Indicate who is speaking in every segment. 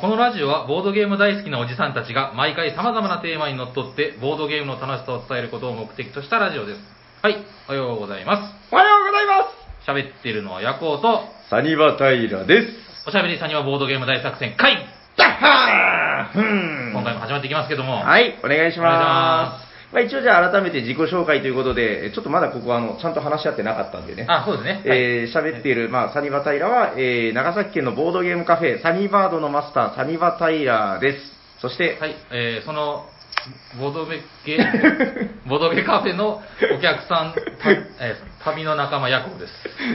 Speaker 1: このラジオはボードゲーム大好きなおじさんたちが毎回様々なテーマにのっとってボードゲームの楽しさを伝えることを目的としたラジオです。はい、おはようございま。
Speaker 2: おはようございます
Speaker 1: 喋っているのはヤコウと、
Speaker 2: すサニバタイラです
Speaker 1: おしゃべりさんにはボードゲーム大作戦会
Speaker 2: ダッハーうん
Speaker 1: 今回も始まっていきますけども、
Speaker 2: はい、お願
Speaker 1: お願い
Speaker 2: いし
Speaker 1: しま
Speaker 2: ます。まあ、一応じゃあ改めて自己紹介ということで、ちょっとまだここはあのちゃんと話し合ってなかったんでね。
Speaker 1: あ、そうですね。はい
Speaker 2: えー喋っている、まあ、サニバタイラは、えー長崎県のボードゲームカフェ、サニバードのマスター、サニバタイラです。そして、
Speaker 1: はい、えー、その、ボドゲ、 ボドゲカフェのお客さん、たえー旅の仲間、ヤコウ です。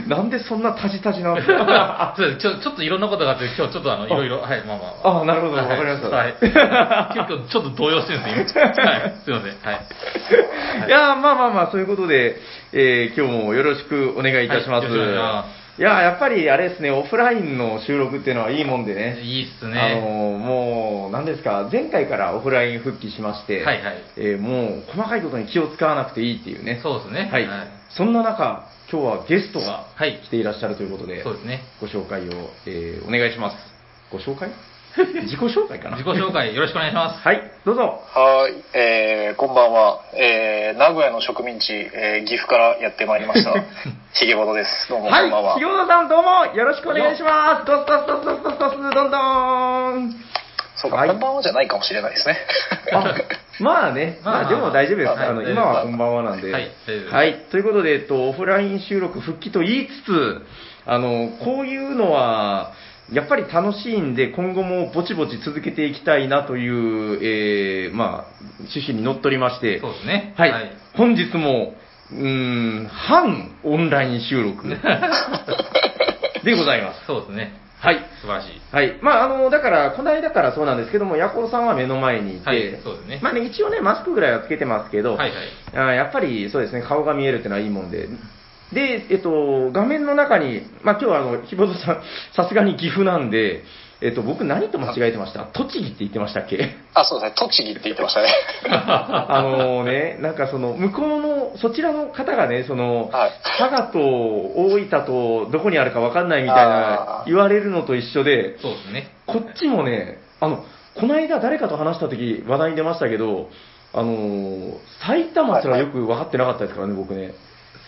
Speaker 2: なんでそんなタジタジなの
Speaker 1: そうですちょちょっといろんなことがあって、今日ちょっとあの、いろいろ、はい、まあまあ。
Speaker 2: あなるほどわかりました
Speaker 1: はい。 はい結構ちょっと動揺してるんです よ、今。はい、すいません。はい。
Speaker 2: いやーまあまあまあ、そういうことで、えー今日もよろしくお願いいたします。
Speaker 1: はいよろしくお願いしま
Speaker 2: いやーやっぱりあれですね、オフラインの収録っていうのはいいもんでね。
Speaker 1: いいっす
Speaker 2: あ
Speaker 1: ね。
Speaker 2: のーもう、何ですか、前回からオフライン復帰しまして、
Speaker 1: はいはい
Speaker 2: えーもう細かいことに気を使わなくていいっていうね、
Speaker 1: そうですね。
Speaker 2: はいそんな中、今日はゲストが
Speaker 1: はい
Speaker 2: 来ていらっしゃるということで、
Speaker 1: そうですね。
Speaker 2: ご紹介を、えーお願いします。ご 紹介自己紹介かな
Speaker 1: 自己紹介よろしくお願いします。
Speaker 2: はい、どうぞ。
Speaker 3: はい、えー、こんばんは、えー、名古屋の植民地、えー、岐阜からやってまいりま したひげぼどですどうもこ
Speaker 2: は
Speaker 3: んばん
Speaker 2: い、
Speaker 3: は、
Speaker 2: ひよさんどうもよろしくお願いします。どすどすどすどすどすど んどん。
Speaker 3: そうか、
Speaker 2: はい
Speaker 3: こんばんはじゃないかもしれないですね
Speaker 2: あまあね、
Speaker 1: まあ
Speaker 2: まあでも大丈夫です。
Speaker 3: はい
Speaker 2: あの、
Speaker 1: はい
Speaker 2: 今はこんばんはなんで。
Speaker 1: はい大丈夫です
Speaker 2: はいということで、えっと、オフライン収録復帰と言いつつ、あの、こういうのは、やっぱり楽しいんで、今後もぼちぼち続けていきたいなという、えーまあ、趣旨にのっとりまして、
Speaker 1: そうですね。
Speaker 2: はい、本日も、うーん、半オンライン収 録でございます。
Speaker 1: そうですね。
Speaker 2: はい。
Speaker 1: 素晴らしい。
Speaker 2: はい。まあ、あの、だから、この間からそうなんですけども、ヤコウさんは目の前にいて、
Speaker 1: はい、そうですね。
Speaker 2: まあね、一応ね、マスクぐらいはつけてますけど、
Speaker 1: はいはい。
Speaker 2: あーやっぱりそうですね、顔が見えるってのはいいもんで。で、えっと、画面の中に、まあ、今日はあの、ひぼどさん、 さすがに岐阜なんで、えっと、僕何と間違えてました栃木って言ってましたっけ
Speaker 3: あそうですね栃木って言ってました ね
Speaker 2: あのね、なんかその、向こうの、そちらの方がね、その、
Speaker 3: はい
Speaker 2: 佐賀と大分とどこにあるかわかんないみたいな
Speaker 3: あー
Speaker 2: 言われるのと一緒で、
Speaker 1: そうですね。
Speaker 2: こっちもね、あの、この間誰かと話した時話題に出ましたけど、あのー埼玉すらよく分かってなかったですからね、僕ね。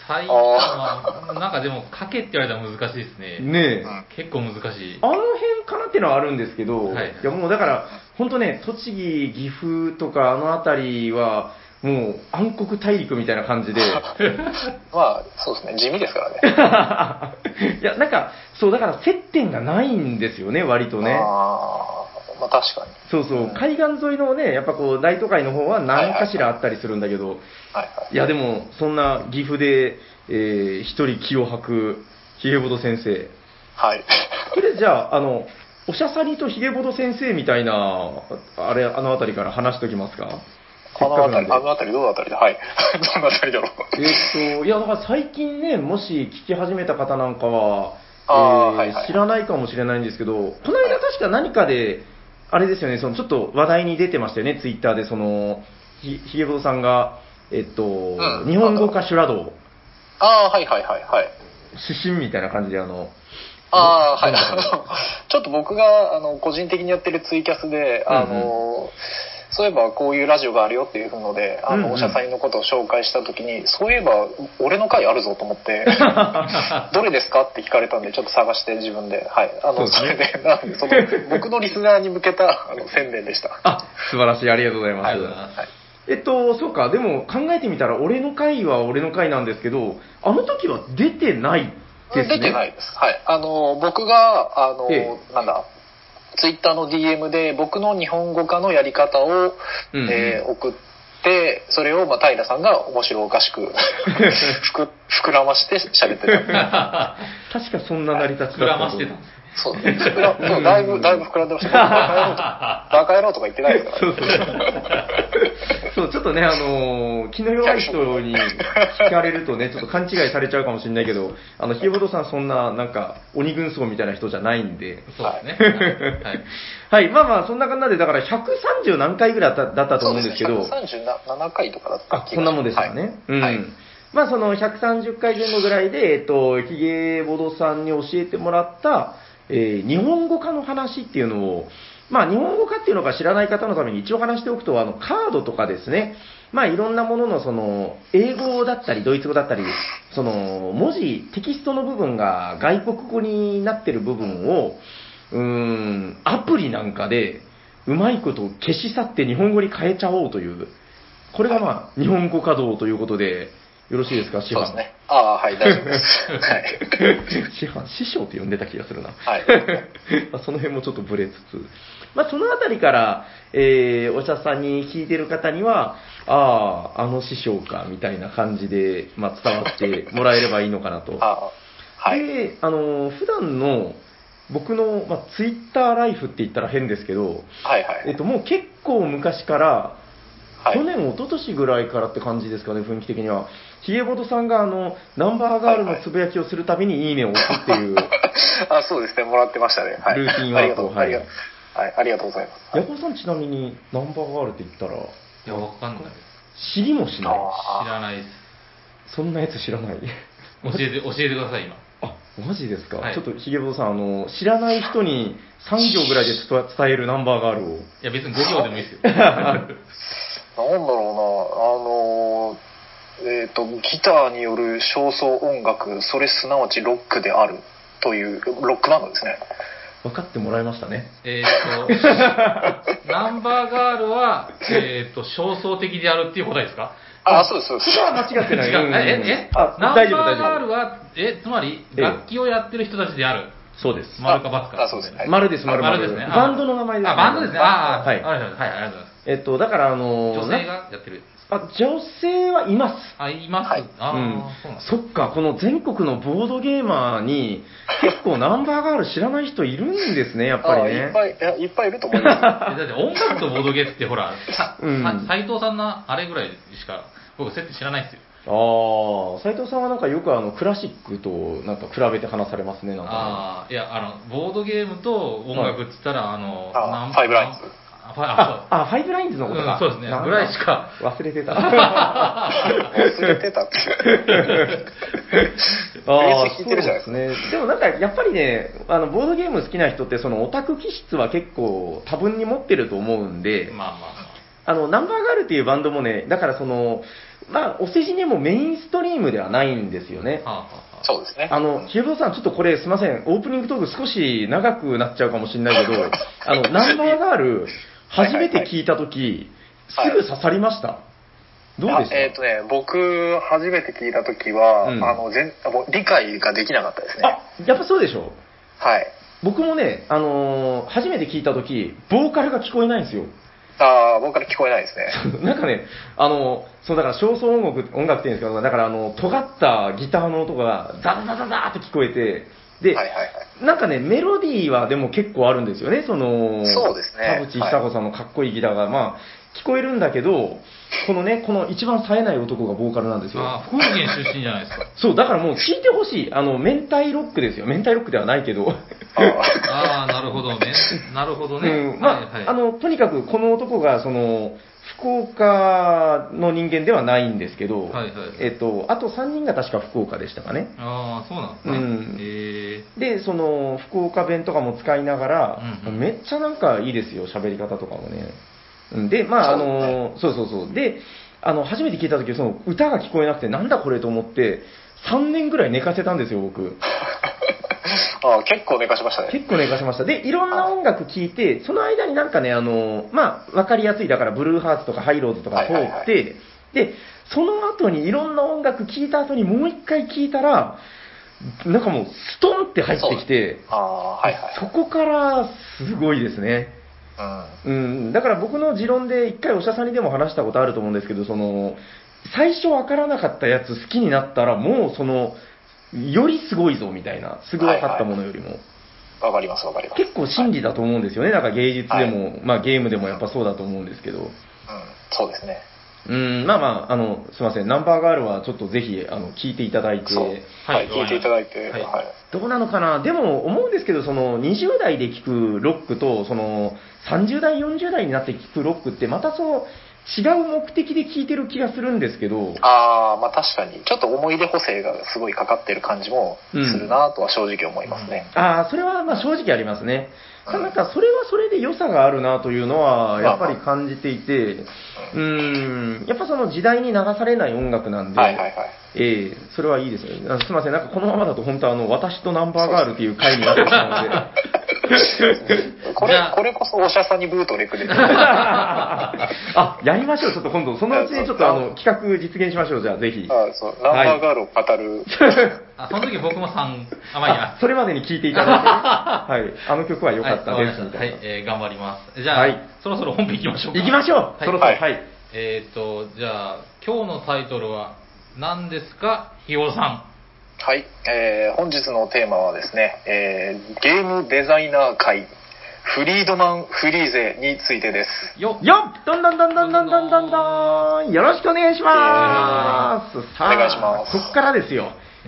Speaker 1: 埼玉、なんかでも、かけって言われたら難しいですね。
Speaker 2: ねえ。
Speaker 3: うん
Speaker 1: 結構難しい。
Speaker 2: あの辺かなっていうのはあるんですけど、
Speaker 1: はい
Speaker 2: い、やもうだから、本当ね、栃木、岐阜とかあの辺りは、もう暗黒大陸みたいな感じで、
Speaker 3: まあそうですね地味ですからね
Speaker 2: いや、なんか、そう、だから接点がないんですよね、割とね。
Speaker 3: あーまあ確かに
Speaker 2: そうそう、海岸沿いのね、やっぱこう、大都会の方は何かしらあったりするんだけど、
Speaker 3: はいはい
Speaker 2: いやでも、そんな岐阜で、えー一人気を吐くひげぼど先生。
Speaker 3: はい
Speaker 2: これじゃあ、あの、おしゃさりとひげぼど先生みたいな、ああれ、あのあたりから話しておきますか
Speaker 3: あの辺りあ
Speaker 2: で
Speaker 3: の。辺りどの辺りではい どの辺りだ ろう
Speaker 2: えっと、いや、だから最近ね、もし聞き始めた方なんかは、
Speaker 3: あ
Speaker 2: え
Speaker 3: ー
Speaker 2: ー
Speaker 3: はいはい
Speaker 2: 知らないかもしれないんですけど、この間確か何かで、あれですよね、そのちょっと話題に出てましたよね、ツイッターで、その、ひひげぼどさんが、えっと、
Speaker 3: ん
Speaker 2: 日本語歌手ら道、
Speaker 3: ああはいはいはいはい
Speaker 2: 指針みたいな感じで、あの、
Speaker 3: ああ、はい。あの ちょっと僕が、あの、個人的にやってるツイキャスで、あ
Speaker 2: う
Speaker 3: の、
Speaker 2: ん
Speaker 3: そういえばこういうラジオがあるよっていうので、あ
Speaker 2: うんうん
Speaker 3: の、おしゃさんのことを紹介したときに、そういえば、俺の回あるぞと 思って、どれですかって聞かれたんで、ちょっと探して自分で、はい。あの、
Speaker 2: そ
Speaker 3: そうれで、 なんで、その、僕のリスナーに向けた、あの、宣伝でした。
Speaker 2: あ、素晴らしい、ありがとうございます。
Speaker 1: ありがとうございます。
Speaker 2: えっと、そうか、でも考えてみたら、俺の回は俺の回なんですけど、あの時は出てないですね。。
Speaker 3: 出てないいです。はい。あの、僕が、あの
Speaker 2: え、
Speaker 3: なんだ、ツイッターの DM で僕の日本語化のやり方を、
Speaker 2: うん
Speaker 3: えー送って、それを、まあ、平さんが面白おかしく ふく、膨らまして喋ってた。
Speaker 2: 確かそんな成り 立ち
Speaker 1: 膨
Speaker 2: だ
Speaker 1: ら
Speaker 2: ったと
Speaker 1: ましてたん です。
Speaker 3: そうですね。膨らそうだいぶ、だいぶ膨らんでました。バカ野郎とかバカ野郎とか言ってないで すから、
Speaker 2: そうそう。そう、ちょっとね、あのー気の弱い人に聞かれるとね、ちょっと勘違いされちゃうかもしれないけど、あの、ひげぼとさんそんな、なんか、鬼軍曹みたいな人じゃないんで。
Speaker 1: そうですね。はい。
Speaker 2: はい、まあまあ、そんな感じで、だから130何回ぐらいだっただったと思うんですけど、
Speaker 3: 137回とかだった
Speaker 2: あ、そんなもんですかね。
Speaker 3: はい
Speaker 2: うん。
Speaker 3: はい
Speaker 2: まあ、その130回前後ぐらいで、えっと、ヒゲボドさんに教えてもらった、えー日本語化の話っていうのを、まあ、日本語化っていうのが知らない方のために一応話しておくと、あの、カードとかですね、まあ、いろんなものの、その、英語だったり、ドイツ語だったり、その、文字、テキストの部分が外国語になってる部分を、うーん、アプリなんかで、うまいこと消し去って日本語に変えちゃおうという、これがまあ、日本語稼働ということで、よろしいですか、師
Speaker 3: そうで
Speaker 2: 範
Speaker 3: す。ね。ああ、はい、大丈夫です。はい。
Speaker 2: 師範、師匠って呼んでた気がするな。
Speaker 3: はい。
Speaker 2: まあその辺もちょっとブレつつ、まあ、そのあたりから、えーお医者さんに聞いてる方には、ああ、あの師匠か、みたいな感じで、まあ、伝わってもらえればいいのかなと。
Speaker 3: ああ、はい。
Speaker 2: で、あのー普段の僕の、まあ、ツイッターライフって言ったら変ですけど、
Speaker 3: はいは
Speaker 2: えっ
Speaker 3: い。
Speaker 2: と、もう結構昔から、
Speaker 3: はい
Speaker 2: 去。年、一昨年ぐらいからって感じですかね、雰囲気的には。ひげぼとさんが、あの、ナンバーガールのつぶやきをするたびにいいねを押すっていう、
Speaker 3: あそうですね、もらってましたね。はい。
Speaker 2: ルーティンワ
Speaker 3: あり
Speaker 2: ーク
Speaker 3: がと
Speaker 2: を
Speaker 3: う、
Speaker 2: はい
Speaker 3: ありがとう。はい、ありがとうございます。
Speaker 2: ヤコさんちなみにナンバーガールって言ったら
Speaker 1: いや、わかんない。
Speaker 2: 知りもしない
Speaker 1: 知
Speaker 3: あ
Speaker 1: らないです。
Speaker 2: そんなやつ知らない
Speaker 1: 教え て、教えてください、今。
Speaker 2: あマジですか、
Speaker 1: はい
Speaker 2: ちょっとひげぼうさんあの知らない人に3行ぐらいで伝伝えるナンバーガールを
Speaker 1: いや、別に5行でもいい ですよ。
Speaker 3: ーなんだろうな、あのー、えっ、と、ギターによる焦燥音楽、それすなわちロックであるという、ロックバンドですね。
Speaker 2: 分かってもらいましたね
Speaker 1: えっと、ナンバーガールは、えっと、焦燥的であるっていう答えですか
Speaker 3: あ、そうです、そうで
Speaker 2: そ
Speaker 3: す
Speaker 2: れ。は間違ってない
Speaker 1: 違う。
Speaker 2: うん
Speaker 1: え、え、
Speaker 2: あ
Speaker 1: ナンバ
Speaker 2: 大
Speaker 1: ー
Speaker 2: 丈夫大
Speaker 1: ガー
Speaker 2: 丈
Speaker 1: ル
Speaker 2: 夫
Speaker 1: は、え、つまり、
Speaker 2: ええ
Speaker 1: 楽器をやってる人たちである。
Speaker 2: そうです、
Speaker 1: 丸かバツか。
Speaker 3: あそうですねはい
Speaker 2: 丸です丸
Speaker 1: 丸ですね。あ
Speaker 2: バンドの名前です
Speaker 1: あ、バンドですね。ああ、
Speaker 2: は
Speaker 1: はいい。はい、ありがとうございます。
Speaker 2: えっとだからあの
Speaker 1: 女性
Speaker 2: な
Speaker 1: がやってる。
Speaker 2: あ女性はいます
Speaker 1: あ、います。
Speaker 3: はい
Speaker 1: あ
Speaker 2: うん
Speaker 1: あ、そうなんです
Speaker 2: そっか、この全国のボードゲーマーに、結構ナンバーガール知らない人いるんですね、やっぱり
Speaker 3: あい
Speaker 2: ね
Speaker 3: っ。ぱい、いやいっぱいいると思います。
Speaker 1: えだって音楽とボードゲームってほら、さ
Speaker 2: うん
Speaker 1: さ斉藤さんのあれぐらいしか、僕、設定知らないですよ。
Speaker 2: ああ、斉藤さんはなんかよくあのクラシックとなんか比べて話されますね、なんか
Speaker 1: ああ、いや、あの、ボードゲームと音楽っつったら、あの、
Speaker 3: あ
Speaker 1: なん
Speaker 3: ファイブラインズ
Speaker 1: あファイ
Speaker 2: ね。
Speaker 1: あ
Speaker 2: あ、あ、ファイブラインズのことか。
Speaker 1: うんそうですね
Speaker 2: なんだ
Speaker 1: ぐらいしか
Speaker 2: 忘れて た。あ
Speaker 3: 忘れてたっ
Speaker 2: あ、
Speaker 3: て。ベース弾いてるじゃないですか
Speaker 2: そうですね。でもなんかやっぱりね、あのボードゲーム好きな人って、そのオタク気質は結構多分に持ってると思うんで、
Speaker 1: そうまあまあま
Speaker 2: あの、ナンバーガールっていうバンドもね、だからその、まあ、お世辞にもメインストリームではないんですよね
Speaker 1: あ。。はあはあは
Speaker 3: そうですね。
Speaker 2: あの、ヒューボーさん、ちょっとこれすいません、オープニングトーク少し長くなっちゃうかもしれないけど、 あの、ナンバーガール、初めて聞いたとき、
Speaker 3: はい
Speaker 2: すぐ刺さりました。どうでした
Speaker 3: あえっ、とね、僕、初めて聞いたときは、
Speaker 2: うん
Speaker 3: あの全もう理解ができなかったですね。
Speaker 2: あ、やっぱそうでしょ
Speaker 3: はい。
Speaker 2: 僕もね、あのー初めて聞いたとき、ボーカルが聞こえないんですよ。
Speaker 3: ああ、僕から聞こえないですね。
Speaker 2: なんかね、あの、そうだから、焦燥音楽、音楽っていうんですけど、だから、あの、尖ったギターの音が、ザザザザザーって聞こえて、で、
Speaker 3: はいはいはい。
Speaker 2: なんかね、メロディーはでも結構あるんですよね、その、
Speaker 3: そうですね
Speaker 2: 田淵久子さんのかっこいいギターが、まあ、聞こえるんだけど、このね、この一番冴えない男がボーカルなんです
Speaker 1: あ。あ
Speaker 2: よ。
Speaker 1: あ、福岡県出身じゃないですか。
Speaker 2: そう、だからもう聞いてほしい。あの、明太ロックですよ。明太ロックではないけど。
Speaker 1: ああ、なるほどね。なるほどね。
Speaker 2: うん、まあ、
Speaker 1: はいはい。
Speaker 2: あの、とにかくこの男が、その、福岡の人間ではないんですけど、
Speaker 1: はいはい
Speaker 2: えっと、あと3人が確か福岡でしたかね。
Speaker 1: ああ、そうなんです
Speaker 2: うん
Speaker 1: ね。ええ
Speaker 2: で、その、福岡弁とかも使いながら、
Speaker 1: うんうん
Speaker 2: めっちゃなんかいいですよ、喋り方とかもね。うんで、まあ、あの、そうそうそう。で、あの、初めて聞いた時その、歌が聞こえなくて、なんだこれと思って、3年ぐらい寝かせたんですよ、僕。
Speaker 3: ああ、結構寝かしましたね。
Speaker 2: 結構寝かしました。で、いろんな音楽聴いて、その間になんかね、あの、まあ、わかりやすい、だから、ブルーハーツとかハイローズとか通って、
Speaker 3: はいはいはい
Speaker 2: で、その後にいろんな音楽聴いた後にもう一回聴いたら、なんかもう、ストンって入ってきて、
Speaker 3: ああ、はいはい。
Speaker 2: そこからすごいですね。
Speaker 3: うん。
Speaker 2: うん、だから僕の持論で一回お医者さんにでも話したことあると思うんですけど、その、最初わからなかったやつ好きになったら、もうその、よりすごいぞみたいな、すぐ分かったものよりも。
Speaker 3: わかりますわかります。
Speaker 2: 結構真理だと思うんですよね、なんか芸術でも、まあ、ゲームでもやっぱそうだと思うんですけど、
Speaker 3: うん、そうですね。
Speaker 2: うん、まあまあ、あのすみません、ナンバーガールはちょっとぜひあの聞いていただいて、
Speaker 3: そう。はい、
Speaker 1: はい
Speaker 3: 聞いていただいて、
Speaker 1: は
Speaker 3: はいい。
Speaker 2: どうなのかな、でも思うんですけど、その20代で聞くロックと、その30代、40代になって聞くロックって、またそう、違う目的で聴いてる気がするんですけど、
Speaker 3: ああ、まあ確かに、ちょっと思い出補正がすごいかかってる感じもするなとは正直思いますね。
Speaker 2: ああ、それはまあ正直ありますね。ただなんか、それはそれで良さがあるなというのは、やっぱり感じていて、うーん、やっぱその時代に流されない音楽なんで、
Speaker 3: はいはいはい。
Speaker 2: ええそれはいいですね。あすみません、なんかこのままだと本当はあの、私とナンバーガールっていう回になってしまうので。
Speaker 3: こ
Speaker 1: じ
Speaker 3: れ
Speaker 1: ゃあ、
Speaker 3: これこそおしゃさんにブートレックで。
Speaker 2: あ、やりましょう、ちょっと今度、そのうちにちょっとあの、企画実現しましょう、じゃあ、ぜひ。
Speaker 3: あそうナンバーガールを語る、
Speaker 1: あ、その時僕も3、あ、まあいい
Speaker 2: あ
Speaker 1: や。
Speaker 2: それまでに聞いていただいて、はい、あの曲は良かった
Speaker 1: はい、
Speaker 2: で
Speaker 1: わか
Speaker 2: す、
Speaker 1: りま
Speaker 2: み
Speaker 1: したたはいい
Speaker 2: な。
Speaker 1: えー頑張ります。じゃあ、
Speaker 2: はい
Speaker 1: そろそろ本編行きましょうか。
Speaker 2: 行きましょう、
Speaker 1: はい
Speaker 2: そろそろ、はい。
Speaker 1: えーっと、じゃあ、今日のタイトルは何ですか、ひよさ
Speaker 3: はい、えー本日のテーマはですね、えーゲームデザイナー会、フリードマン・フリーゼについてです。
Speaker 1: ん。よっ
Speaker 2: よっどんどんどんどんどんどんどんどんよろしくお願いしますさあ
Speaker 3: お願いします
Speaker 2: こっからですよ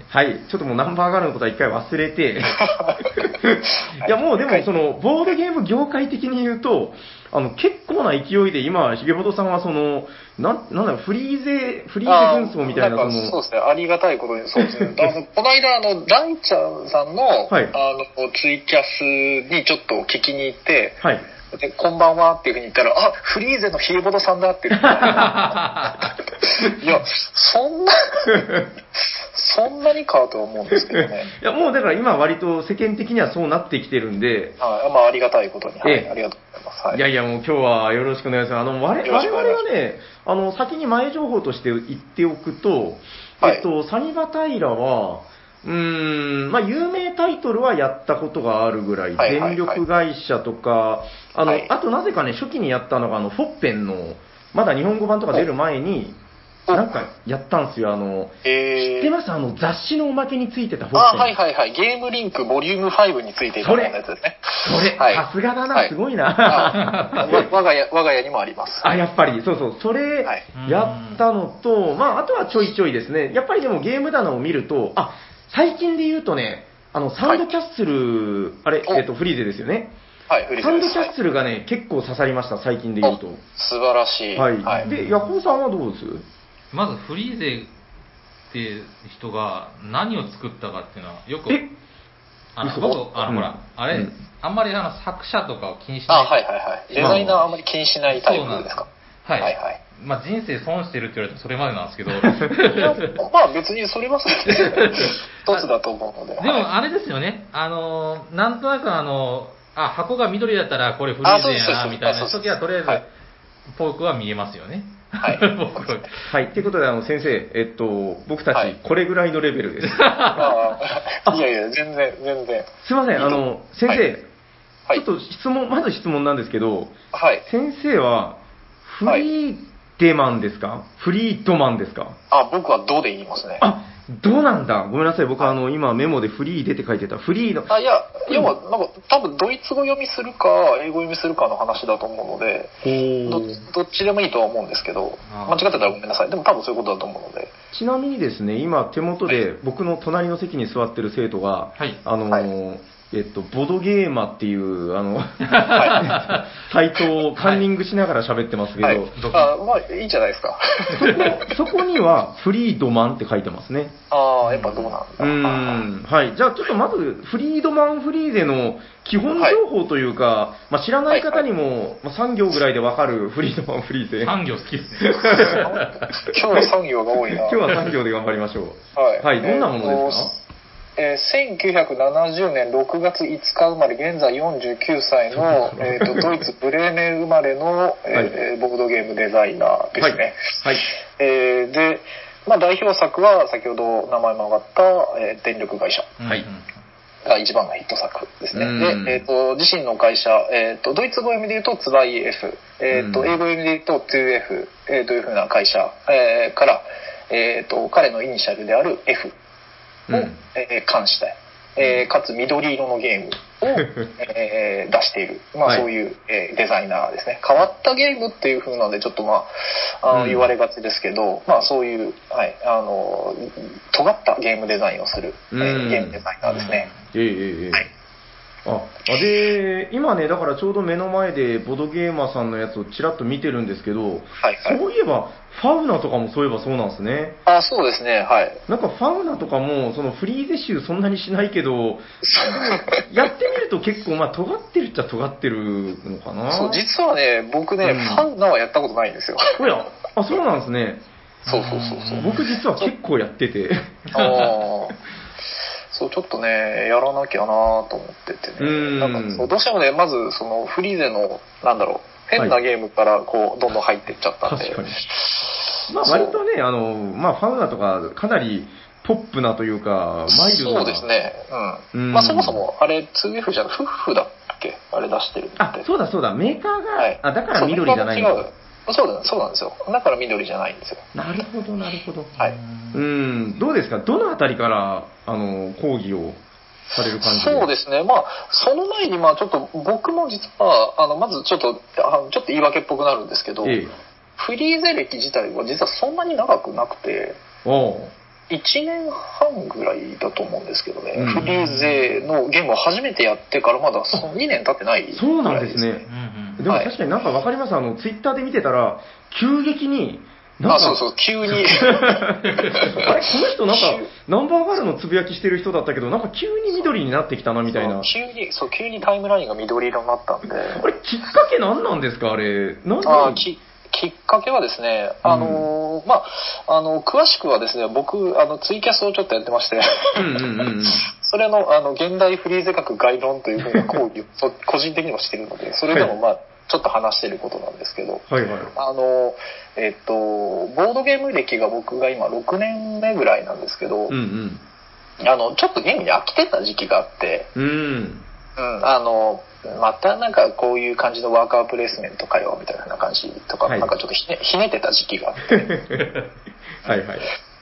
Speaker 2: はい、ちょっともうナンバーガールのことは一回忘れ て、いやもうでも、そのボードゲーム業界的に言うと、あの結構な勢いで今、ひげぼとさんはそのなんなんだろう、フリーゼ、フリーゼ軍
Speaker 3: あ
Speaker 2: 曹
Speaker 3: ー
Speaker 2: みたいな、そ
Speaker 3: んか
Speaker 2: の
Speaker 3: そうですね、ありがたいことに、そうです ね。あのこの間、あの、ライちゃんさんの、
Speaker 2: はい
Speaker 3: あの、ツイキャスにちょっと聞きに行って、
Speaker 2: はい、
Speaker 3: で、こんばんはっていうふうに言ったら、あ、フリーゼのヒーボドさんだって 言ったらいや、そんな、そんなにかとは思うんですけど ね。
Speaker 2: いやもうだから今、割と世間的にはそうなってきてるんで、
Speaker 3: はい、まあ、ありがたいことに、は
Speaker 2: え
Speaker 3: い、
Speaker 2: え
Speaker 3: ありがとうございます。はいい。
Speaker 2: やいや、もう今日はよろしくお願いします。あの、我
Speaker 3: よろし
Speaker 2: 我
Speaker 3: くお
Speaker 2: 々
Speaker 3: 願いします
Speaker 2: はね、あの、先に前情報として言っておくと、
Speaker 3: はい
Speaker 2: えっと、サニバタイラは、うーん、まあ、有名タイトルはやったことがあるぐらい、
Speaker 3: はいはいはい
Speaker 2: 電力会社とか、あの、
Speaker 3: はい
Speaker 2: あとなぜかね、初期にやったのが、あの、フォッペンの、まだ日本語版とか出る前に、
Speaker 3: お
Speaker 2: なんかやったんですよ、あの、知
Speaker 3: え
Speaker 2: って
Speaker 3: ー、
Speaker 2: ますあの、雑誌のおまけについてたフォッ
Speaker 3: あ、
Speaker 2: ペン。
Speaker 3: はいはいはい。ゲームリンクボリューム5についていただいたやつですね。
Speaker 2: それ、
Speaker 3: はい
Speaker 2: さすがだな、
Speaker 3: はい
Speaker 2: すごいな。
Speaker 3: あわ我が家、我が家にもあります。
Speaker 2: あ、やっぱり、そうそう、それ
Speaker 3: はい
Speaker 2: やったのと、まあ、あとはちょいちょいですね、やっぱりでもゲーム棚を見ると、あ最近で言うとね、あのサウンドキャッスル、あれ、
Speaker 3: お
Speaker 2: えっと、フリーゼですよね、
Speaker 3: はい、フリー
Speaker 2: サウ
Speaker 3: ゼ
Speaker 2: ン
Speaker 3: で
Speaker 2: ド
Speaker 3: す。
Speaker 2: キャッスルがね、結構刺さりました、最近で言うと。
Speaker 3: 素晴らしい。
Speaker 2: はい、
Speaker 3: はい。
Speaker 2: で、ヤコウさんはどうです
Speaker 1: まずフリーゼって人が何を作ったかっていうのはよく
Speaker 2: え
Speaker 1: あの
Speaker 2: 嘘
Speaker 1: 僕あの、
Speaker 2: うん
Speaker 1: ほらあれ、
Speaker 2: うん
Speaker 1: あんまりあの作者とかを気にしない
Speaker 3: あ、はいはいはい。デザイナーはあんまり気にしないタイ
Speaker 1: そうなんで
Speaker 3: プですすか。
Speaker 1: はい、
Speaker 3: はいはい
Speaker 1: まあ、人生損してるって言われたらそれまでなんですけど
Speaker 3: い やまあ別にそれはそれで一つだと思うので。
Speaker 1: で
Speaker 3: はい
Speaker 1: もあれですよねあのなんとなくあのあ箱が緑だったらこれフリーゼや
Speaker 3: あそうですそう
Speaker 1: な
Speaker 3: です
Speaker 1: みたいな
Speaker 3: あそう
Speaker 1: 時
Speaker 3: です
Speaker 1: はとりあえず、
Speaker 3: はい
Speaker 1: ポークは見えますよね
Speaker 3: はい
Speaker 1: 僕は
Speaker 2: はい、ということで、あの先生、えっと、僕たち、
Speaker 3: はい
Speaker 2: これぐらいのレベ ルです。
Speaker 3: ああいやいや、全然、全然。
Speaker 2: すいません、あの先生、
Speaker 3: はい
Speaker 2: ちょっと質問、まず質問なんですけど、
Speaker 3: はい。
Speaker 2: 先生は、フリーデマンですか、フリードマンですか
Speaker 3: あ、僕はどうで言いますね。
Speaker 2: あ、どうなんだごめんなさい、僕あの、今メモでフリーでって書いてた。フリーの、
Speaker 3: あいや、要は、なんか、多分ドイツ語読みするか、英語読みするかの話だと思うので、
Speaker 2: ほ
Speaker 3: ど
Speaker 2: ー
Speaker 3: どっちでもいいとは思うんですけど、
Speaker 1: あ
Speaker 3: 間違ってたらごめんなさい。でも多分そういうことだと思うので。
Speaker 2: ちなみにですね、今手元で僕の隣の席に座ってる生徒が、
Speaker 1: はい
Speaker 2: あの、
Speaker 3: は
Speaker 2: えっと、ボドゲーマっていう、あの、
Speaker 3: は
Speaker 2: サイトをカンニングしながら喋ってます
Speaker 3: い。
Speaker 2: けど、
Speaker 3: はい
Speaker 1: ど、こ
Speaker 3: あまあ、いいんじゃないですか。
Speaker 2: そこ、そこにはフリードマンって書いてますね。
Speaker 3: ああ、やっぱどうなん
Speaker 2: う
Speaker 3: だ。
Speaker 2: んはい、じゃあ、ちょっとまず、フリードマン・フリーゼの基本情報というか、まあ、知らない方にも、まあ、3行ぐらいでわかるフリードマン・フリーゼ、今
Speaker 1: 産業好きですね
Speaker 3: 今日は産業が多いな。
Speaker 2: 日は3行で頑張りましょう。
Speaker 3: はい
Speaker 2: はい、どんなものですか、
Speaker 3: えー1970年6月5日生まれ、現在49歳の、えーとドイツ・ブレーメン生まれの、えー
Speaker 2: はい
Speaker 3: えーボードゲームデザイナーですね。
Speaker 2: はい、
Speaker 3: えーで、まあ、代表作は先ほど名前も上がった、えー電力会社
Speaker 2: はい
Speaker 1: うん
Speaker 3: が一番のヒット作ですね。
Speaker 2: うん
Speaker 3: で、えーと、自身の会社、えーと、ドイツ語読みで言うと 2IF、えーと
Speaker 2: うん
Speaker 3: 英語読みで言うと 2F、えーというふうな会社、えーから、えーと、彼のイニシャルである F
Speaker 2: うん
Speaker 3: を、 えー冠したい、えーかつ緑色のゲーム を、えー出している、ま
Speaker 2: は
Speaker 3: あ、
Speaker 2: い
Speaker 3: そういう、えーデザイナーですね変わったゲームっていう風なのでちょっとまああの、
Speaker 2: うん
Speaker 3: 言われがちですけど、まあ、そういう、はい、あの尖ったゲームデザインをする、えー
Speaker 2: うん
Speaker 3: ゲームデザイナーですね、
Speaker 2: ええええええああで今ね、だからちょうど目の前でボドゲーマーさんのやつをちらっと見てるんですけど、
Speaker 3: はいはい
Speaker 2: そういえば、ファウナとかもそういえばそうなんですね、
Speaker 3: あ、そうですね、はい。
Speaker 2: なんかファウナとかも、そのフリーゼ集そんなにしないけ ど、やってみると結構、まあ、尖ってるっちゃ尖ってるのかな、
Speaker 3: そう、実はね、僕ね、
Speaker 2: うん
Speaker 3: ファンナはやったことないん ですよ。
Speaker 2: おや、あそうなんですね、
Speaker 3: そうそうそうそう。
Speaker 2: 僕、実は結構やって て、
Speaker 3: あーそう、ちょっとね、やらなきゃなと思ってて
Speaker 2: う
Speaker 3: ね。
Speaker 2: ん
Speaker 3: なんかそうどうしてもね、まず、その、フリーゼの、なんだろう、変なゲームから、こう、どんどん入ってっちゃったんで。
Speaker 2: 確かにまあ、割とね、あのまあ、ファウナとか、かなりポップなというか、マイルドな。
Speaker 3: そうですね。う
Speaker 2: うん
Speaker 3: ん。まあ、そもそも、あれ、2F じゃなくて、フッフだっけあれ出してるって。
Speaker 2: あ、そうだそうだ、メーカーが、
Speaker 3: はい
Speaker 2: あだから緑じゃない
Speaker 3: そうメーカ
Speaker 2: の
Speaker 3: ーが違うそうだ、そうなんですよ。だから緑じゃないんですよ。
Speaker 2: なるほど、なるほど。
Speaker 3: はいう
Speaker 1: ーん
Speaker 2: うん、どうですか、どのあたりから、あの、講義をされる感じ。
Speaker 3: そうですすね、まあ、その前に、まあ、ちょっと僕も実は、あのまずちょっとあの、ちょっと言い訳っぽくなるんですけど、
Speaker 2: ええ。
Speaker 3: フリーゼ歴自体は実はそんなに長くなくて、
Speaker 2: おう
Speaker 3: 1年半ぐらいだと思うんですけどね、
Speaker 2: うん
Speaker 3: フリーゼのゲームを初めてやってから、まだその2年経ってないぐらい
Speaker 2: そうなんです。ね
Speaker 1: う。んうん
Speaker 2: でも
Speaker 3: はい
Speaker 2: 確かになんかわかります、あの、ツイッターで見てたら、急激に、な
Speaker 3: あ
Speaker 2: んか、
Speaker 3: そうそう、急に。
Speaker 2: あれ、この人なんか、ナンバーガールのつぶやきしてる人だったけど、なんか急に緑になってきたな、みたいな。
Speaker 3: 急に、そう、急にタイムラインが緑色になったんで。
Speaker 2: あれ、きっかけ何なんですか、あれ。なん
Speaker 3: あ
Speaker 2: で
Speaker 3: ーききっかけはですね、あのーまあ、あの、詳しくはですね、僕、あの、ツイキャスをちょっとやってまして、
Speaker 2: うんうんうんうん。
Speaker 3: それの、あの、現代フリーゼ学概論というふう な講義をそ個人的にもしてるので、それでも、まあ、ちょっと話してることなんですけど、
Speaker 2: はいはい。
Speaker 3: あの、えっと、ボードゲーム歴が僕が今6年目ぐらいなんですけど、
Speaker 2: うん
Speaker 3: あの、ちょっとゲームに飽きてた時期があって、
Speaker 2: うん。うん。
Speaker 3: うん、あの、またなんかこういう感じのワーカープレイスメントかよ、みたいな感じとか、
Speaker 2: はい
Speaker 3: なんかちょっとひねひねってた時期があって
Speaker 2: はいはい。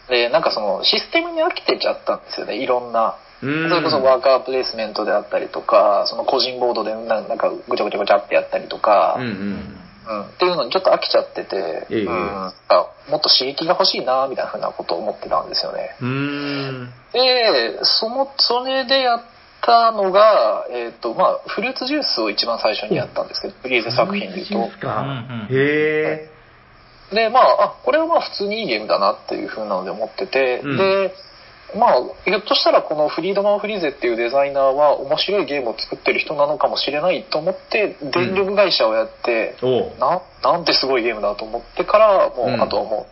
Speaker 3: で、なんかそのシステムに飽きてちゃったんですよね、いろんな。
Speaker 2: そ
Speaker 3: そ
Speaker 2: れ
Speaker 3: れこそワーカープレイスメントであったりとか、その個人ボードでななんかぐちゃぐちゃぐちゃってやったりとか、
Speaker 2: うん
Speaker 3: う
Speaker 2: うんん。
Speaker 3: っていうのにちょっと飽きちゃってて、
Speaker 2: ええ
Speaker 3: うん、なんかもっと刺激が欲しいな、みたいなふうなことを思ってたんですよね。
Speaker 2: うーん。
Speaker 3: で、その、それでやったのが、えっ、と、まあ、フルーツジュースを一番最初にやったんですけど、フリーズ作品で
Speaker 2: ジュ
Speaker 3: 言う
Speaker 2: ースか。
Speaker 1: うんうん
Speaker 2: へ
Speaker 3: と。で、まあ、あ、これはまあ普通にいいゲームだなっていうふうなので思ってて、
Speaker 2: うん
Speaker 3: で、まあ、ひょっとしたらこのフリードマン・フリーゼっていうデザイナーは面白いゲームを作ってる人なのかもしれないと思って、電力会社をやって、
Speaker 2: え。おう
Speaker 3: な、なんてすごいゲームだと思ってから、もう、
Speaker 2: うん
Speaker 3: あとはも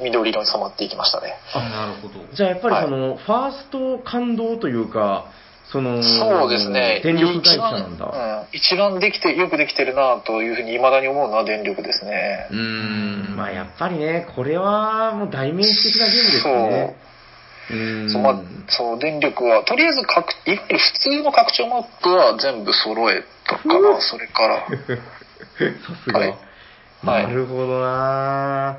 Speaker 3: う、緑色に染まっていきましたね。
Speaker 1: あなるほど。
Speaker 2: じゃあやっぱりその、ファースト感動というか、その、
Speaker 3: そうですね。
Speaker 2: 電力会社なんだ。
Speaker 3: 一番,、うん、一番できて、よくできてるなというふうに未だに思うのは電力ですね
Speaker 2: う。ーん。まあやっぱりね、これはもう代名詞的なゲームですね。うーん。
Speaker 3: そう、まあ、そう、電力は、とりあえず拡、いわゆる普通の拡張マップは全部揃えたか
Speaker 2: うわ
Speaker 3: な、それ から。
Speaker 2: さすが、
Speaker 3: はいはい
Speaker 2: なるほどな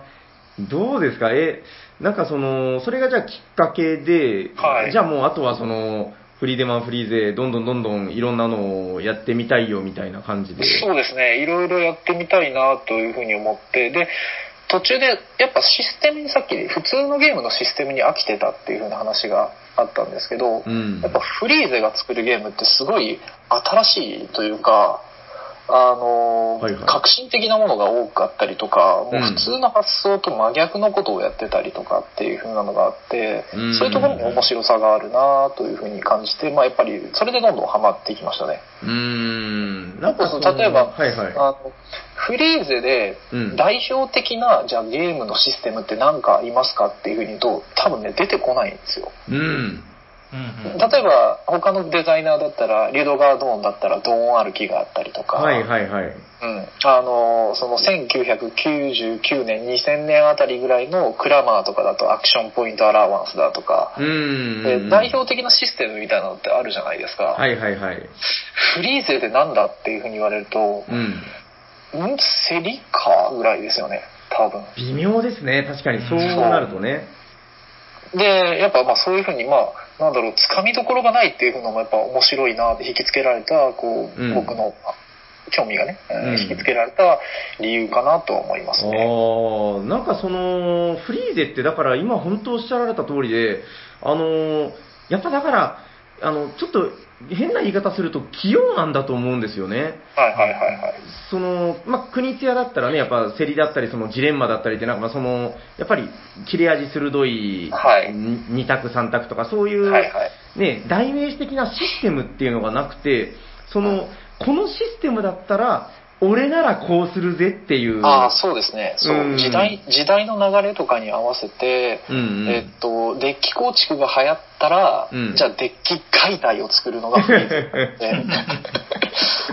Speaker 2: どうですかえなんかそのそれがじゃあきっかけで、
Speaker 3: はい
Speaker 2: じゃあもうあとはそのフリーデマンフリーゼどんどんどんどんいろんなのをやってみたいよみたいな感じで
Speaker 3: そうですね、いろいろやってみたいなというふうに思って、で、途中でやっぱシステムにさっき普通のゲームのシステムに飽きてたっていうふうな話があったんですけど、
Speaker 2: うん
Speaker 3: やっぱフリーゼが作るゲームってすごい新しいというか、あのー
Speaker 2: はいはい
Speaker 3: 革新的なものが多かったりとか、もううん普通の発想と真逆のことをやってたりとかっていう風なのがあって、
Speaker 2: うん
Speaker 3: そういうところに面白さがあるなという風に感じて、まあやっぱりそれでどんどんハマっていきましたね。
Speaker 2: うーんなんかそ
Speaker 3: な
Speaker 2: の
Speaker 3: んか例えば
Speaker 2: はいはい
Speaker 3: あのフリーゼで
Speaker 2: うん
Speaker 3: 代表的な、じゃあゲームのシステムって何かありますかっていう風に言うと、多分ね出てこないんですよ。
Speaker 2: うん
Speaker 1: うんうん
Speaker 3: 例えば他のデザイナーだったらリュドガー・ドーンだったらドーン歩きがあったりとか、
Speaker 2: はいはいはい
Speaker 3: うん、あのその1999年2000年あたりぐらいのクラマーとかだとアクションポイントアラワンスだとか、
Speaker 2: うー
Speaker 3: で
Speaker 2: ん
Speaker 3: 代表的なシステムみたいなのってあるじゃないですか、
Speaker 2: はいはいはい
Speaker 3: フリーゼでなんだっていうふうに言われると
Speaker 2: うん
Speaker 3: んセリカーぐらいですよね多分
Speaker 2: 微妙ですね確かにそうなるとね
Speaker 3: でやっぱまあそういうふうにまあなんだろうつかみどころがないっていうのもやっぱ面白いなって引きつけられたこう、
Speaker 2: うん
Speaker 3: 僕のあ興味がね、うん
Speaker 2: うん
Speaker 3: 引きつけられた理由かなとは思いますね。
Speaker 2: ああ、なんかその、フリーゼって、だから今、本当おっしゃられた通りで、あのーやっぱだから、あの、ちょっと変な言い方すると、器用なんだと思うんですよね。
Speaker 3: はいはいはいはい。
Speaker 2: その、まあ、国津屋だったらね、やっぱ、競りだったり、そのジレンマだったりって、なんか、まあ、その、やっぱり、切れ味鋭い、
Speaker 3: はい
Speaker 2: 2択3択とか、そういう、
Speaker 3: はいはい。
Speaker 2: ね、代名詞的なシステムっていうのがなくて、その、このシステムだったら、俺ならこうするぜっていう。
Speaker 3: ああ、そうですね。そうう。
Speaker 2: ん
Speaker 3: 時代、時代の流れとかに合わせて、
Speaker 2: うんうん。
Speaker 3: えっと、デッキ構築が流行ったら、
Speaker 2: うん
Speaker 3: じゃあデッキ解体を作るのがフリーズになって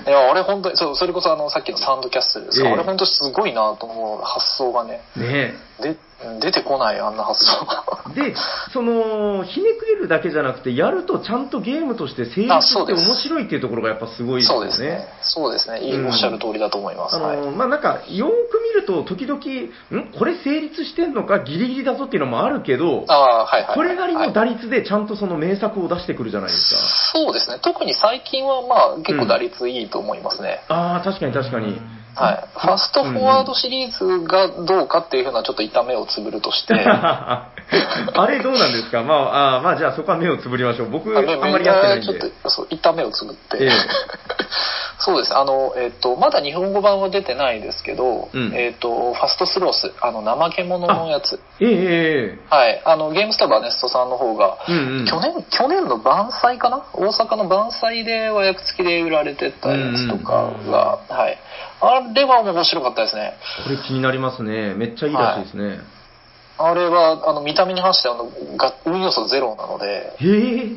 Speaker 3: いや、俺本当に、そう、それこそあの、さっきのサンドキャッスルですか。
Speaker 2: ええ
Speaker 3: 俺本当すごいなと思う発想がね。
Speaker 2: ね
Speaker 3: で、うん出てこない、あんな発想が。
Speaker 2: で、その、ひねくれるだけじゃなくて、やるとちゃんとゲームとして成立
Speaker 3: あそ
Speaker 2: し
Speaker 3: う
Speaker 2: て
Speaker 3: です
Speaker 2: 面白いっていうところがやっぱすごいです
Speaker 3: そう
Speaker 2: よ
Speaker 3: です
Speaker 2: ね
Speaker 3: ね。。そうですね。いい
Speaker 2: うん
Speaker 3: おっしゃる通りだと思います。
Speaker 2: あ
Speaker 3: はい。
Speaker 2: のまあ、なんか、よーく見ると、時々、んこれ成立してんのか、ギリギリだぞっていうのもあるけど、
Speaker 3: ああー、はいはい。
Speaker 2: これなり
Speaker 3: はい
Speaker 2: の打率でちゃんとその名作を出してくるじゃないですか。
Speaker 3: そうですね。特に最近はまあ結構打率いいと思いますね。
Speaker 2: ああ、確かに確かに。
Speaker 3: はい。ファストフォワードシリーズがどうかっていうふうなちょっと痛めをつぶるとして。あ
Speaker 2: あれどうなんですかまあ、あーまあ、じゃあそこは目をつぶりましょう。僕、あん
Speaker 3: で
Speaker 2: まりやってないん
Speaker 3: ちょっ
Speaker 2: で。
Speaker 3: とそう痛めをつぶって、
Speaker 2: ええ
Speaker 3: そうですあの、えっとまだ日本語版は出てないですけど、
Speaker 2: うん
Speaker 3: えっとファストスロースあの怠け者のやつ
Speaker 2: えええ
Speaker 3: はいあのゲームスタバネストさんの方が
Speaker 2: えうんうん。
Speaker 3: 去年去年の晩祭かな大阪の晩祭で和訳付きで売られてたやつとかが、はい、あれは面白かったですね
Speaker 2: これ気になりますね。めっちゃいいらしいですね。
Speaker 3: あれはあの見た目に反してあのが運要素ゼロなので
Speaker 2: へえ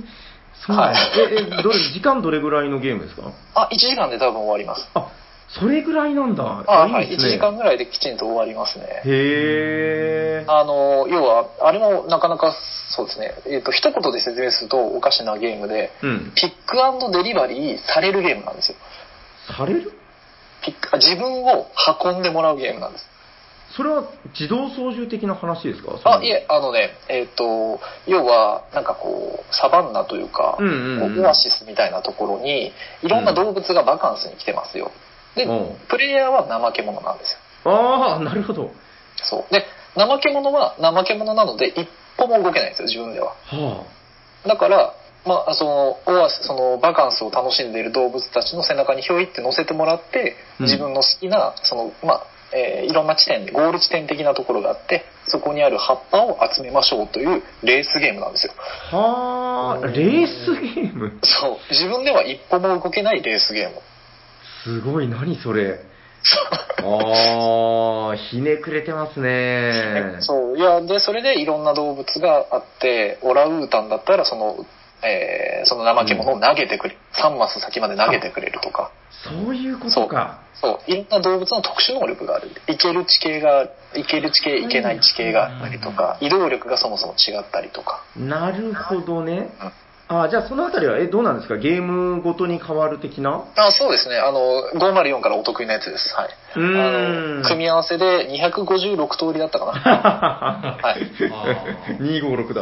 Speaker 2: そうなんだ
Speaker 3: は
Speaker 2: え、え、どれ、時間どれぐらいのゲームですか
Speaker 3: あ1時間で多分終わります
Speaker 2: あ、それぐらいなんだ。
Speaker 3: あ
Speaker 2: あ
Speaker 3: は
Speaker 2: い
Speaker 3: い1
Speaker 2: ですね
Speaker 3: 時間ぐらいできちんと終わりますね
Speaker 2: へえ。
Speaker 3: あの要はあれもなかなかそうですねえっ、と一言で説明するとおかしなゲームで
Speaker 2: うん。
Speaker 3: ピックデリバリーされるゲームなんですよ
Speaker 2: される
Speaker 3: ピックあ自分を運んでもらうゲームなんです
Speaker 2: それは自動操縦的な話ですか
Speaker 3: あ、い。え、あのね、えっ、と、要は、なんかこう、サバンナというか、
Speaker 2: そのうんうん、
Speaker 3: こ
Speaker 2: うん。
Speaker 3: うオアシスみたいなところに、いろんな動物がバカンスに来てますよ。で、
Speaker 2: うん
Speaker 3: プレイヤーは怠け者なんですよ。
Speaker 2: ああ、なるほど。
Speaker 3: そう。で、怠け者は怠け者なので、一歩も動けないんですよ、自分では。
Speaker 2: は
Speaker 3: だから、まあ、その、オアシス、その、バカンスを楽しんでいる動物たちの背中にひょいって乗せてもらって、
Speaker 2: うん
Speaker 3: 自分の好きな、その、まあ、えーいろんな地点で、ゴール地点的なところがあって、そこにある葉っぱを集めましょうというレースゲームなんですよ。
Speaker 2: あ。はあ、レースゲーム
Speaker 3: そう。自分では一歩も動けないレースゲーム。
Speaker 2: すごい、何それ。 ああ、ひねくれてますね。
Speaker 3: そう。いや、で、それでいろんな動物があって、オランウータンだったら、その、えーその怠け者を投げてくれる。3マス先まで投げてくれるとか。
Speaker 2: そういうことか。
Speaker 3: そう、いろんな動物の特殊能力がある。いける地形が、いける地形、いけない地形があったりとか、移動力がそもそも違ったりとか。
Speaker 2: なるほどね
Speaker 3: うん。
Speaker 2: ああ、じゃあそのあたりは、え、どうなんですかゲームごとに変わる的な
Speaker 3: あそうですね。あの、504からお得意なやつです。はい。
Speaker 2: う
Speaker 3: あ
Speaker 2: ーん
Speaker 3: の、。組み合わせで256通りだったかな。 はい。
Speaker 2: 256だ。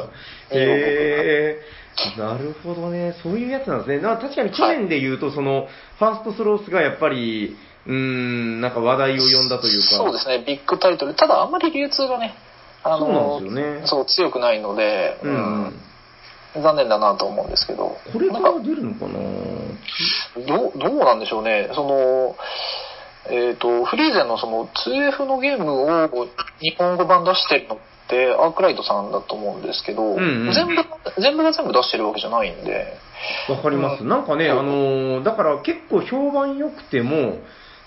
Speaker 2: へえなるほどね。そういうやつなんですね。な確かに去年で言うと、その、ファーストスロースがやっぱり、うーん、なんか話題を呼んだというか。
Speaker 3: そうですね、ビッグタイトル。ただ、あんまり流通がね、あ
Speaker 2: そ
Speaker 3: の
Speaker 2: う、なんですよね。
Speaker 3: そう強くないので、
Speaker 2: う
Speaker 3: うんん。残念だなと思うんですけど。
Speaker 2: これか
Speaker 3: なんから
Speaker 2: 出るのかな
Speaker 3: どうどうなんでしょうね、その、えっ、と、フリーゼンのその 2F のゲームを日本語版出してるのって、アークライトさんだと思うんですけど、
Speaker 2: んうん
Speaker 3: 全部、全部が全部出してるわけじゃないんで、
Speaker 2: わかります。なんかね、あのーだから結構評判良くても、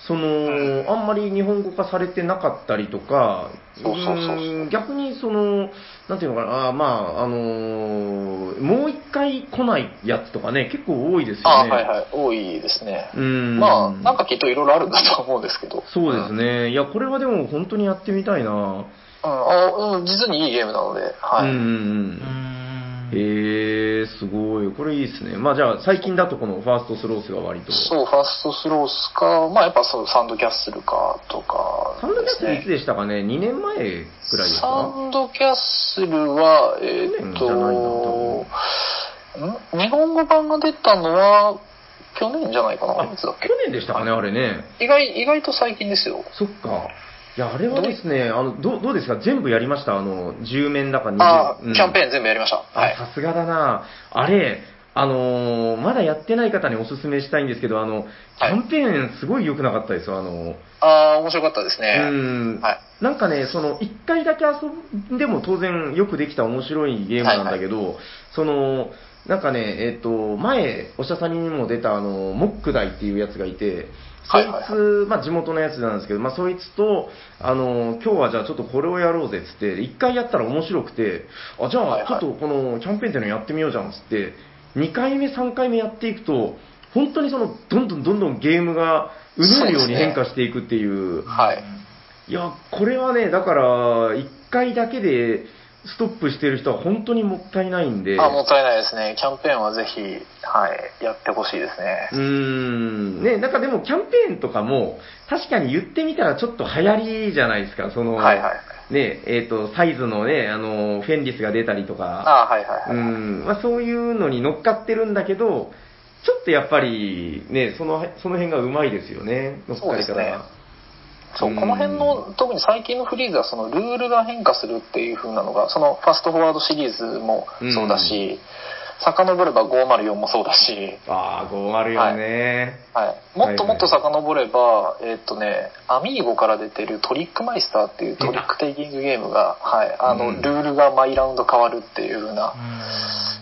Speaker 2: その、あんまり日本語化されてなかったりとか、
Speaker 3: そうそうそうそう
Speaker 2: ーん逆にその、なんていうのかな、あーまあ、あのーもう一回来ないやつとかね、結構多いですよね。
Speaker 3: あはいはい、多いですね。
Speaker 2: うーん。
Speaker 3: まあ、なんかきっといろいろあるんだとは思うんですけど。
Speaker 2: そうですね。いや、これはでも本当にやってみたいな。
Speaker 3: うん、あうん、実にいいゲームなので、はい。
Speaker 2: うんうんうん。へえー、すごい。これいいですね。まあじゃあ、最近だとこのファーストスロースが割と。
Speaker 3: そう、ファーストスロースか、まあやっぱそうサンドキャッスルかとか
Speaker 2: サンドキャッ
Speaker 3: です
Speaker 2: スルい
Speaker 3: ね
Speaker 2: つ。でしたかね ?2 年前ぐらいです
Speaker 3: サ
Speaker 2: か
Speaker 3: ンドキャッスルは、えーっ
Speaker 2: 去年じゃないな
Speaker 3: と、ん日本語版が出たのは去年じゃないかな。
Speaker 2: あ
Speaker 3: いつだっ
Speaker 2: 去
Speaker 3: け
Speaker 2: 年でしたかね、あれね。
Speaker 3: 意外、意外と最近ですよ。
Speaker 2: そっか。いや、あれはですね、あの、どう、どうですか全部やりましたあの、10面だか20
Speaker 3: あ、キャンペ
Speaker 2: ーン。
Speaker 3: ーン全部やりました。はい。
Speaker 2: あ、さすがだな。あれ、あのーまだやってない方におすすめしたいんですけど、あの、キ
Speaker 3: はい
Speaker 2: ャンペーンすごい良くなかったですよ、あのー
Speaker 3: ああ、面白かったです
Speaker 2: う
Speaker 3: ね。
Speaker 2: ん、
Speaker 3: はい。
Speaker 2: なんかね、その1回だけ遊んでも当然よくできた面白いゲームなんだけど、そのなんかね、えっと前、おしゃさんにも出たあのモックダイっていうやつがいて、そいつ、
Speaker 3: はいはい
Speaker 2: まあ、地元のやつなんですけど、まあ、そいつとあの、今日はじゃあちょっとこれをやろうぜっつって、1回やったら面白くて、あじ
Speaker 3: はい
Speaker 2: ゃ
Speaker 3: は
Speaker 2: あ
Speaker 3: い
Speaker 2: ちょっとこのキャンペーンっていうのやってみようじゃんっつって、2回目、3回目やっていくと、本当にそのどんどんどんどんゲームがうねるように変化していくっていう。
Speaker 3: はい
Speaker 2: いや、これはね、だから、1回だけでストップしてる人は本当にもったいないんで、
Speaker 3: あもったいないですね。キャンペーンはぜひ、はい、やってほしいですね
Speaker 2: う。ーん、ね、なんかでもキャンペーンとかも、確かに言ってみたらちょっと流行りじゃないですか、その、
Speaker 3: はいはい。
Speaker 2: ね、えっ、と、サイズのね、あの、フェンリスが出たりとか、
Speaker 3: あはいは
Speaker 2: う
Speaker 3: いはい。
Speaker 2: ん、まあそういうのに乗っかってるんだけど、ちょっとやっぱり、ね、その、その辺がうまいですよね、乗っかり
Speaker 3: そ
Speaker 2: か
Speaker 3: うですね
Speaker 2: ら。
Speaker 3: そう、この辺の、特に最近のフリーズは、そのルールが変化するっていう風なのが、そのファストフォワードシリーズもそうだし、遡れば504もそうだし、
Speaker 2: ああ、504ね。
Speaker 3: はい、もっともっと遡れば、えーっとね、アミーゴから出てるトリックマイスターっていうトリックテイキングゲームが、はい、あの、
Speaker 2: うん
Speaker 3: ルールが毎ラウンド変わるっていう風な、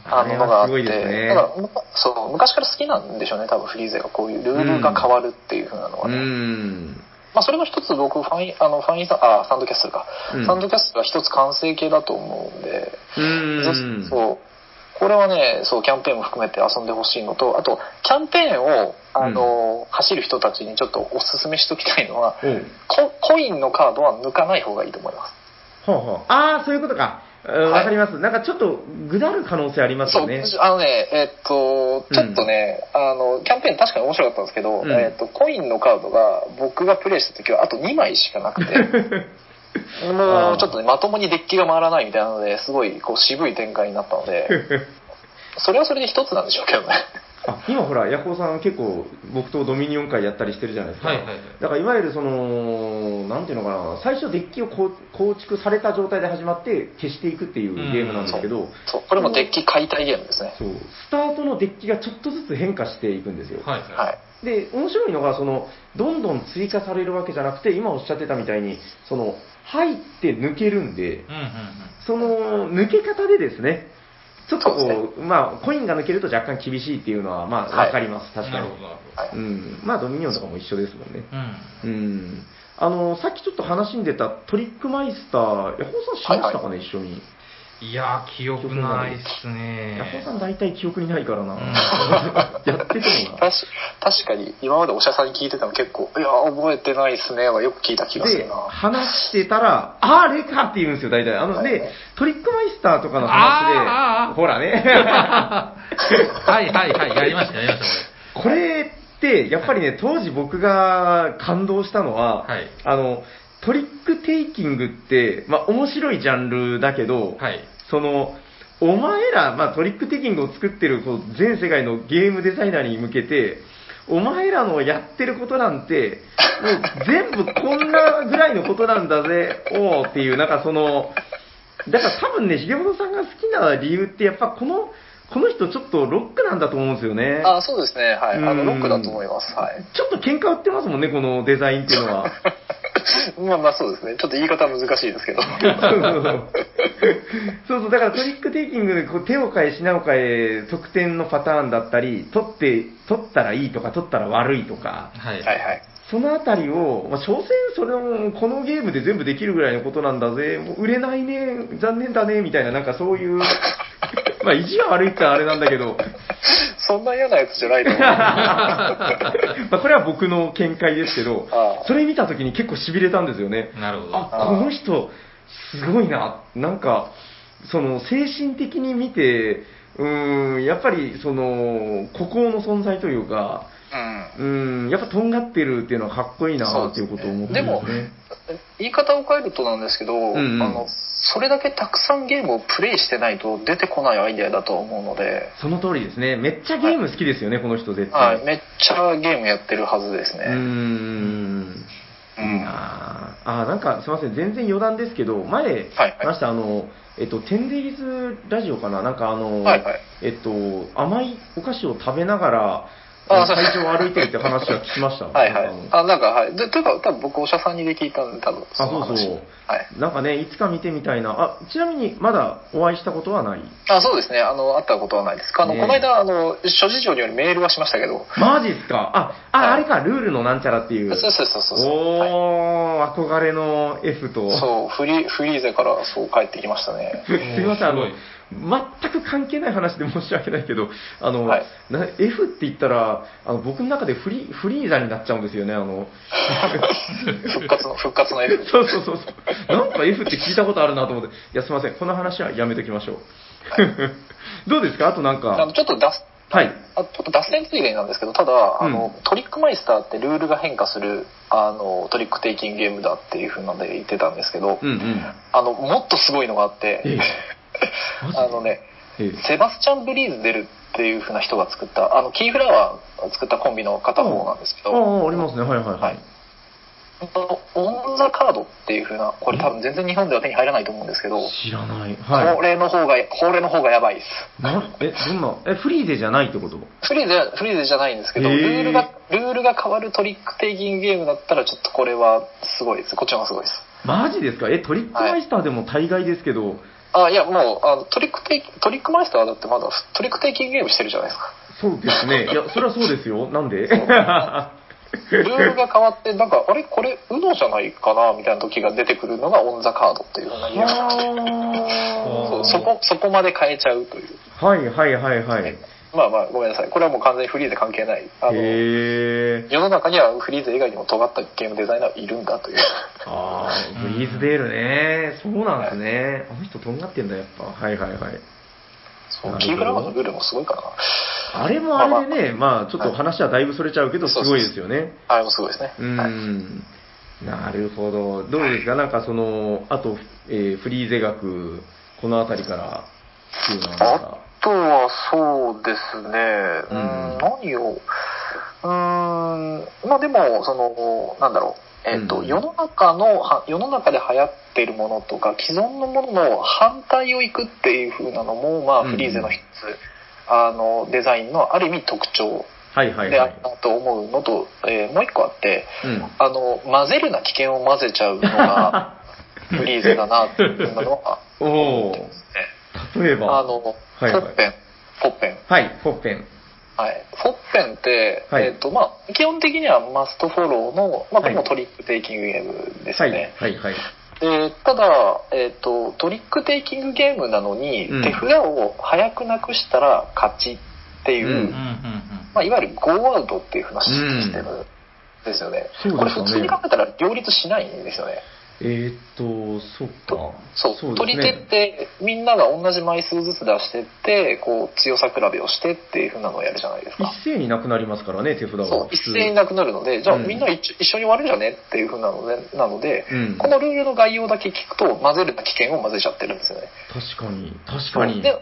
Speaker 3: あののがあ
Speaker 2: あれはす
Speaker 3: って、
Speaker 2: ごいですね
Speaker 3: だからむかそう昔から好きなんでしょうね、多分フリーゼがこういうルールが変わるっていう風なのは
Speaker 2: う
Speaker 3: ね。
Speaker 2: ん。
Speaker 3: まあ、それが一つ僕ファイン、あの、ファインサあ、サンドキャッスルか。
Speaker 2: うん
Speaker 3: サンドキャッスルが一つ完成形だと思うんで、
Speaker 2: うーん。
Speaker 3: ぜそう。これはね、そう、キャンペーンも含めて遊んでほしいのと、あと、キャンペーンを、あの、走る人たちにちょっとおすすめしときたいのは、
Speaker 2: おう。
Speaker 3: ココインのカードは抜かない方がいいと思います。
Speaker 2: ほうほう。ああ、そういうことか。うんわ、
Speaker 3: はい
Speaker 2: かります。なんかちょっと、ぐだる可能性あります
Speaker 3: そ
Speaker 2: よ
Speaker 3: う
Speaker 2: ね。、
Speaker 3: あのね、えっと、ちょっとね、あの、キャンペーン確かに面白かったんですけど、
Speaker 2: うん
Speaker 3: えっと、コインのカードが僕がプレイした時はあと2枚しかな くて、もうちょっとね、まともにデッキが回らないみたいなので、すごいこう渋い展開になったので、それはそれで一つなんでしょうけどね。
Speaker 2: あ今ほら、ヤコウさん結構、僕とドミニオン会やったりしてるじゃないですか。
Speaker 1: はいはいはい
Speaker 2: だから、いわゆるその、なんていうのかな、最初デッキをこう構築された状態で始まって、消していくっていうゲームなんですけど、
Speaker 3: そう、これもデッキ解体ゲームですね。
Speaker 2: そう、スタートのデッキがちょっとずつ変化していくんですよ。
Speaker 1: はいは。
Speaker 3: はいい。
Speaker 2: で、面白いのが、その、どんどん追加されるわけじゃなくて、今おっしゃってたみたいに、その、入って抜けるんで、
Speaker 1: うんうん
Speaker 2: その抜け方でですね、ちょっと
Speaker 3: そう
Speaker 2: こう、まあ、コインが抜けると若干厳しいっていうのは、まあ、
Speaker 3: はい
Speaker 2: わかります、
Speaker 1: うん。
Speaker 2: 確
Speaker 1: な
Speaker 2: か
Speaker 1: る
Speaker 2: に
Speaker 1: ほ。どなるほど。
Speaker 3: はい
Speaker 2: うん。まあ、ドミニオンとかも一緒ですもんね。
Speaker 1: うん。
Speaker 2: うん。あの、さっきちょっと話に出たトリックマイスター、ヤホーさんしましたかね、一緒に。
Speaker 1: いやー、記憶ないっすね
Speaker 2: ヤ。ホーさん大体記憶にないからな。
Speaker 1: ん
Speaker 2: やっててもな。
Speaker 3: 確確かに、今までお医者さんに聞いてても結構、いや、覚えてないですね、はよく聞いた気がす
Speaker 2: で
Speaker 3: るな、。
Speaker 2: 話してたら、あれかって言うんですよ、大体。あの、
Speaker 3: はい
Speaker 2: で、トリックマイスターとかの話
Speaker 1: あーあーあー
Speaker 2: で、ほら ね。
Speaker 1: はいはいはい、やりました、やりました、
Speaker 2: これって、やっぱりね、当時僕が感動したのは、
Speaker 1: はい
Speaker 2: あの、トリックテイキングって、まあ、面白いジャンルだけど、
Speaker 1: これ。はい。
Speaker 2: その、お前ら、まあ、トリックテイキングを作ってるこう全世界のゲームデザイナーに向けて、お前らのやってることなんて、もう全部こんなぐらいのことなんだぜ、おーっていう、なんかその、だから多分ね、重本さんが好きな理由って、やっぱこの、この人ちょっとロックなんだと思うんですよね。
Speaker 3: あそうですね、はい。あ
Speaker 2: う
Speaker 3: の、
Speaker 2: ん
Speaker 3: ロックだと思います。はい。
Speaker 2: ちょっと喧嘩売ってますもんね、このデザインっていうのは。
Speaker 3: まあまあそうですね。ちょっと言い 方は難しいですけど。
Speaker 2: そうそう そうそう、だからトリックテイキングでこう手を変え品を変え、得点のパターンだったり、取って、取ったらいいとか、取ったら悪いとか、
Speaker 1: はい。
Speaker 3: はいはい。
Speaker 2: そのあたりを、まあ、所詮それをこのゲームで全部できるぐらいのことなんだぜ、もう売れないね、残念だね、みたいな、なんかそういう、 まあ意地は悪いっちゃあれなんだけど、
Speaker 3: そんな嫌なやつじ ゃないと思う。
Speaker 2: まあこれは僕の見解ですけど
Speaker 3: ああ、
Speaker 2: それ見たときに結構痺れたんですよね。
Speaker 1: なるほど。
Speaker 2: あこの人、すごいな、なんか、その精神的に見て、うーん、やっぱりその孤高の存在というか、
Speaker 3: うん。
Speaker 2: うーん、やっぱとんがってるっていうのはかっこいいなっていうことを思って
Speaker 3: でも
Speaker 2: ますね。
Speaker 3: 言い方を変えるとなんですけど、
Speaker 2: んうん
Speaker 3: あのそれだけたくさんゲームをプレイしてないと出てこないアイデアだと思うので、
Speaker 2: その通りですね、めっちゃゲーム好きですよね、この人、絶
Speaker 3: は
Speaker 2: 対。
Speaker 3: い、めっちゃゲームやってるはずです
Speaker 2: うー
Speaker 3: ね、
Speaker 2: ん、
Speaker 3: う
Speaker 2: いい
Speaker 3: ん
Speaker 2: なああーなんかすみません、全然余談ですけど、前、
Speaker 3: はいはい
Speaker 2: 話したあの、えっと、テンデイリズラジオかな、なんかあの、
Speaker 3: はいはい
Speaker 2: えっと、甘いお菓子を食べながら、
Speaker 3: あ
Speaker 2: あの会場を歩いてるって話は聞きました。
Speaker 3: はいは
Speaker 2: ないん。かあの
Speaker 3: あ、なんか、はい。で、というか、多分僕、お医者さんにで聞いたんで、多分、
Speaker 2: あ
Speaker 3: の
Speaker 2: そう
Speaker 3: 話
Speaker 2: そう。
Speaker 3: はい。
Speaker 2: なんかね、いつか見てみたいな。あ、ちなみに、まだお会いしたことはない。
Speaker 3: あ、そうですね。あの、会ったことはないです。あの、
Speaker 2: ねえ
Speaker 3: この間、あの、諸事情によりメールはしましたけど。
Speaker 2: マジっすかあ、あ、
Speaker 3: はい
Speaker 2: あれか、ルールのなんちゃらっていう。
Speaker 3: そうそうそうそう。
Speaker 2: お
Speaker 3: はい
Speaker 2: ー、憧れの F と。
Speaker 3: そう、フリー、フリーゼから、そう、帰ってきました ね。
Speaker 2: すいません、あ
Speaker 1: お
Speaker 2: の
Speaker 1: ーす、
Speaker 2: 全く関係ない話で申し訳ないけど、あの、
Speaker 3: はい
Speaker 2: な F って言ったら、あの僕の中でフリフリーザになっちゃうんですよね、あの、
Speaker 3: 復活の、復活の F。
Speaker 2: そうそうそうそう、なんか F って聞いたことあるなと思って、いや、すみません、この話はやめときましょう。 どうですかあとなん
Speaker 3: あの、
Speaker 2: か、
Speaker 3: ちょっと脱、
Speaker 2: はい。
Speaker 3: あちょっと脱線ついでになんですけど、ただ、あの、トリックマイスターってルールが変化する、あの、トリックテイキングゲームだっていうふうなんで言ってたんですけど、
Speaker 2: うんうん。
Speaker 3: あの、もっとすごいのがあっ
Speaker 2: ええ
Speaker 3: て、
Speaker 2: マジ
Speaker 3: あのね、
Speaker 2: ええ
Speaker 3: セバスチャン・ブリーズ出るっていうふうな人が作った、あの、キーフラワーが作ったコンビの片方なんですけ
Speaker 2: あ
Speaker 3: ど、
Speaker 2: あ、ありますね、はいはいは
Speaker 3: はいい。このオン・ザ・カードっていう風な、これ多分全然日本では手に入らないと思うんですけど、
Speaker 2: 知らない。は
Speaker 3: これの方が、これの方がやばいです。
Speaker 2: い。なえ、どんな、え、フリーゼじゃないってこと
Speaker 3: フリーゼ、フリーゼじゃないんですけど、
Speaker 2: へ
Speaker 3: ル
Speaker 2: ー
Speaker 3: ールが、ルールが変わるトリックテイキングゲームだったら、ちょっとこれはすごいです。こっちの方がすごいです。
Speaker 2: マジですかえ、トリックマイスターでも大概ですけど、
Speaker 3: あ、いや、もう、あのトリックテイキ、トリックマイスターだってまだトリックテイキングゲームしてるじゃないですか。
Speaker 2: そうですね。いや、それはそうですよ。なんで
Speaker 3: ルールが変わって、なんか、あれこれ、ウノじゃないかなみたいな時が出てくるのがオン・ザ・カードっていう風なゲームなんで
Speaker 1: ー
Speaker 3: そうそこ、そこまで変えちゃうという。
Speaker 2: はいはいはいはい。
Speaker 3: まあまあ、ごめんなさい。これはもう完全にフリーゼ関係ない。あの
Speaker 2: へえ。
Speaker 3: 世の中にはフリーゼ以外にも尖ったゲームデザイナーはいるんだという。
Speaker 2: ああ、ブリーズベールね。そうなんですね。あの人とんがってんだ、やっぱ。はいはいはい。
Speaker 3: そう
Speaker 2: なるほど
Speaker 3: キーフラワーのルールもすごいからな。
Speaker 2: あれもあれでね、まあちょっと話はだいぶそれちゃうけど、すごいですよね。
Speaker 3: あれもすごいですね。
Speaker 2: う
Speaker 3: はい
Speaker 2: ん。なるほど。どうですかなんかその、あと、えーフリーゼ学、このあたりから、っていうのはなんか
Speaker 3: あとはそうですね、う
Speaker 2: うん
Speaker 3: ん、何を、うーん、まあでも、その、なんだろう、えっ、と、
Speaker 2: うん
Speaker 3: 世の中の、は世の中で流行っているものとか、既存のものの反対をいくっていう風なのも、ま
Speaker 2: う
Speaker 3: あ、
Speaker 2: ん
Speaker 3: フリーゼの一つ、あの、デザインのある意味特徴
Speaker 2: はいはい
Speaker 3: で
Speaker 2: は
Speaker 3: あ
Speaker 2: い
Speaker 3: っ。たと思うのと、えーもう一個あって、
Speaker 2: うん。
Speaker 3: あの、混ぜるな危険を混ぜちゃうの が、フリーゼだなっていうのは、
Speaker 2: おお。例えば。
Speaker 3: あの、
Speaker 2: いはい
Speaker 3: ポッペン、ポッペン。
Speaker 2: はい、ポッペン。
Speaker 3: はい、フォッペンって、
Speaker 2: はい
Speaker 3: えっとまあ、基本的にはマストフォローの、まあ、これ
Speaker 2: は
Speaker 3: も
Speaker 2: い
Speaker 3: トリックテイキングゲームです
Speaker 2: はい、
Speaker 3: ね、
Speaker 2: はい、はい。
Speaker 3: でただ、えっとトリックテイキングゲームなのに、
Speaker 2: うん
Speaker 3: 手札を早くなくしたら勝ちっていう、
Speaker 2: うん
Speaker 1: うんうんうん
Speaker 3: まあ、いわゆるゴーアウトっていうふうな
Speaker 2: う
Speaker 3: シ
Speaker 2: ん
Speaker 3: ステムですよね、
Speaker 2: そうですよね
Speaker 3: これ普通に考えたら両立しないんですよね
Speaker 2: えー、っと、そっか。
Speaker 3: そう
Speaker 2: です
Speaker 3: 取り手っ
Speaker 2: ね。
Speaker 3: てみんなが同じ枚数ずつ出してってこう強さ比べをしてっていうふうなのをやるじゃないですか
Speaker 2: 一斉になくなりますからね、手札は。
Speaker 3: そう
Speaker 2: 普通
Speaker 3: 一斉になくなるのでじゃあ
Speaker 2: うん
Speaker 3: みんな一,、緒に割るじゃねっていうふうなのでなので、
Speaker 2: うん。
Speaker 3: こ
Speaker 2: 確
Speaker 3: のルールの概要だけ聞くと混ぜるな危険を混ぜちゃってるんですよね
Speaker 2: かに、確かに。
Speaker 3: で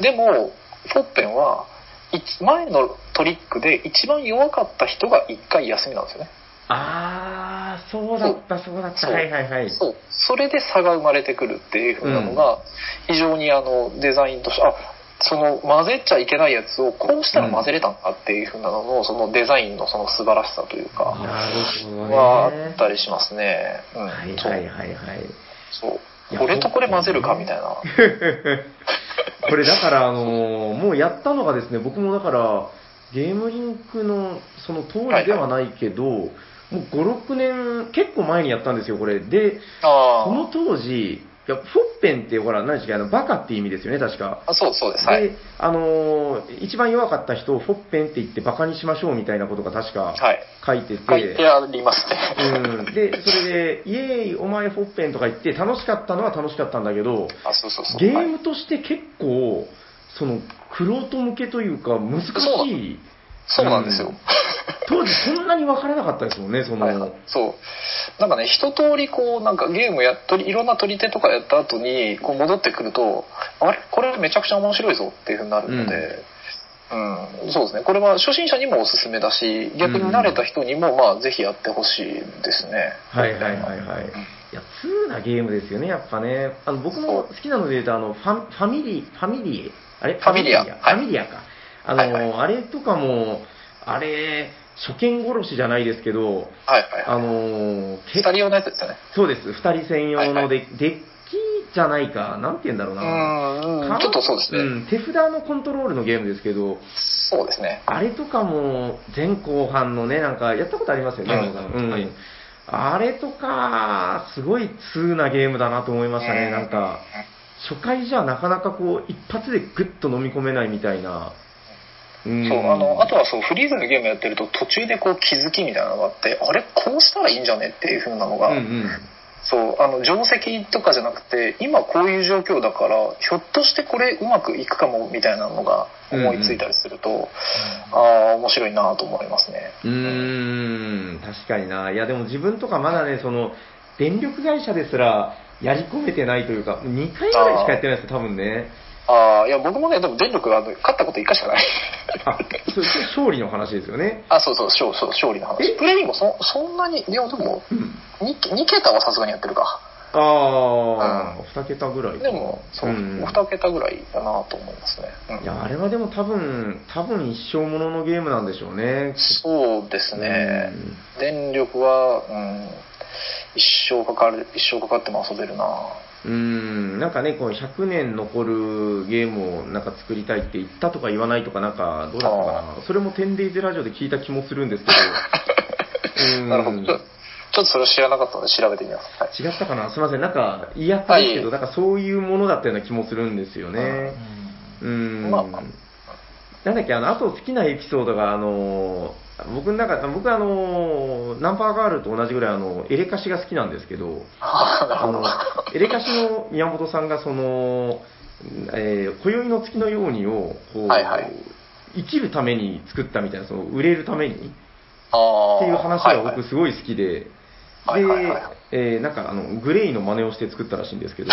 Speaker 3: でもフォッペンは一前のトリックで一番弱かった人が1回休みなんですよね
Speaker 2: あー、そうだった、そうだった。
Speaker 3: そう
Speaker 2: はい、はい、はい。
Speaker 3: そうそれで差が生まれてくるっていうふうなのが非常にあのデザインとしてあその混ぜちゃいけないやつをこうしたら混ぜれたんだっていうふうなののそのデザインのその素晴らしさというか、
Speaker 2: なるほどね。
Speaker 3: はあったりしますね。うん、
Speaker 2: はい、はい、はい、はい。
Speaker 3: そう
Speaker 2: い
Speaker 3: そう。
Speaker 2: や
Speaker 3: これとこれ混ぜるかみたいな。
Speaker 2: これだから、あのーもうやったのがですね、僕もだから、ゲームリンクのその当時ではないけど、もう5、6年、結構前にやったんですよ、これ。で、
Speaker 3: あ
Speaker 2: その当時、いやフォッペンって、ほら、何でしたっけ、あのバカって意味ですよね、確か。
Speaker 3: あ。あ、そうそうです。はい。
Speaker 2: で、あのー一番弱かった人をフォッペンって言ってバカにしましょうみたいなことが確か
Speaker 3: はい。
Speaker 2: 書いてて、
Speaker 3: 書いてありますね。
Speaker 2: うん、で、それで、イエーイ、お前フォッペンとか言って、楽しかったのは楽しかったんだけど、
Speaker 3: あ、そうそうそう。
Speaker 2: ゲ
Speaker 3: はい
Speaker 2: ームとして結構、その、クロート向けというか、難し
Speaker 3: そう
Speaker 2: い、
Speaker 3: そうなんです
Speaker 2: う
Speaker 3: よ
Speaker 2: ん。当時そんなに分からなかったですもんね、その、
Speaker 3: はいはいそう。なんかね、一通りこう、なんかゲームやっとり、いろんな取り手とかやった後に、こう戻ってくると、あれこれめちゃくちゃ面白いぞっていうふうになるので、うん、そうですね。これは初心者にもおすすめだし、逆に慣れた人にも、まあ、ぜひやってほしいですね。
Speaker 2: はいはいはいはい。いや、通なゲームですよね、やっぱね。あの僕も好きなので言うと、あのファファミリー、ファミリー、あれ
Speaker 3: ファミリア
Speaker 2: フ
Speaker 3: は
Speaker 2: ァミ
Speaker 3: い
Speaker 2: リアか。あの、
Speaker 3: はいはい
Speaker 2: あれとかも、あれ、初見殺しじゃないですけど、
Speaker 3: はいはい
Speaker 2: あ
Speaker 3: はい。
Speaker 2: の、け
Speaker 3: 二人用のやつですよね。
Speaker 2: そうです、2人専用の
Speaker 3: はいは
Speaker 2: デ,、デッキじゃないか、なんて言うんだろう
Speaker 3: う
Speaker 2: な。
Speaker 3: ん、う
Speaker 2: か
Speaker 3: んちょっとそうですね。
Speaker 2: うん、手札のコントロールのゲームですけど、
Speaker 3: そうですね。
Speaker 2: あれとかも前後半のね、なんかやったことありますよね、
Speaker 1: はい
Speaker 2: なんかうん
Speaker 1: はい
Speaker 2: あれとか、すごい通なゲームだなと思いました
Speaker 3: う
Speaker 2: ね、
Speaker 3: ん
Speaker 2: なんか、初回じゃなかなかこう、一発でグッと飲み込めないみたいな。うん
Speaker 3: そう、あの、あとはそう、フリーズのゲームやってると途中でこう気づきみたいなのがあって、あれこうしたらいいんじゃねっていう風なのが、
Speaker 2: うんうん、
Speaker 3: そう、あの、定石とかじゃなくて、今こういう状況だから、ひょっとしてこれうまくいくかもみたいなのが思いついたりすると、ああ、面白いなと思いますね。
Speaker 2: うーん、確かにな。いや、でも自分とかまだね、その、電力会社ですら、やり込めてないというか、2回ぐらいしかやってないですよ、多分ね。
Speaker 3: ああ、いや、僕もね、でも電力、あの、勝ったこと一回しかない。
Speaker 2: あ、それ勝利の話ですよね。
Speaker 3: あ、そうそう、勝そう勝利の話
Speaker 2: え。
Speaker 3: プレイもそそんなに、いや、でも、
Speaker 2: うん。
Speaker 3: 2, 2桁はさすがにやってるか。
Speaker 2: ああ、2桁ぐらいか
Speaker 3: でも、そう、
Speaker 2: ん
Speaker 3: 2桁ぐらいだなと思いますね。うん
Speaker 2: いや、あれはでも多分、多分一生もののゲームなんでしょうね。
Speaker 3: そうですね。電力は、うん、一生かかる、一生かかっても遊べるな
Speaker 2: うん。うん、なんかね、こう100年残るゲームをなんか作りたいって言ったとか言わないとか、なんかどうだったかな。それもテンデイズラジオで聞いた気もするん ですけど。うん
Speaker 3: なるほど。ちょちょっとそれを知らなかったので調べてみます。 はい。
Speaker 2: 違ったかなすいません。なんか、言いやったですけど、な
Speaker 3: は
Speaker 2: んかそういうものだったような気もするんですよね。うん。
Speaker 3: まあまあ
Speaker 2: なんだっけ、あの、あと好きなエピソードが、あのー、僕の中で、僕あのー、ナンパーガールと同じぐらい、あの、エレカシが好きなんですけど、
Speaker 3: あーなる
Speaker 2: あ
Speaker 3: ほど。
Speaker 2: の、エレカシの宮本さんが、その、えー、今宵の月のようにを、こう、
Speaker 3: はいはい
Speaker 2: 生きるために作ったみたいな、その、売れるために、
Speaker 3: あー
Speaker 2: っていう話
Speaker 3: はい
Speaker 2: が
Speaker 3: はい
Speaker 2: 僕すごい好きで、
Speaker 3: はいはいはいはい
Speaker 2: で、えーなんかあの、グレイの真似をして作ったらしいんです けど、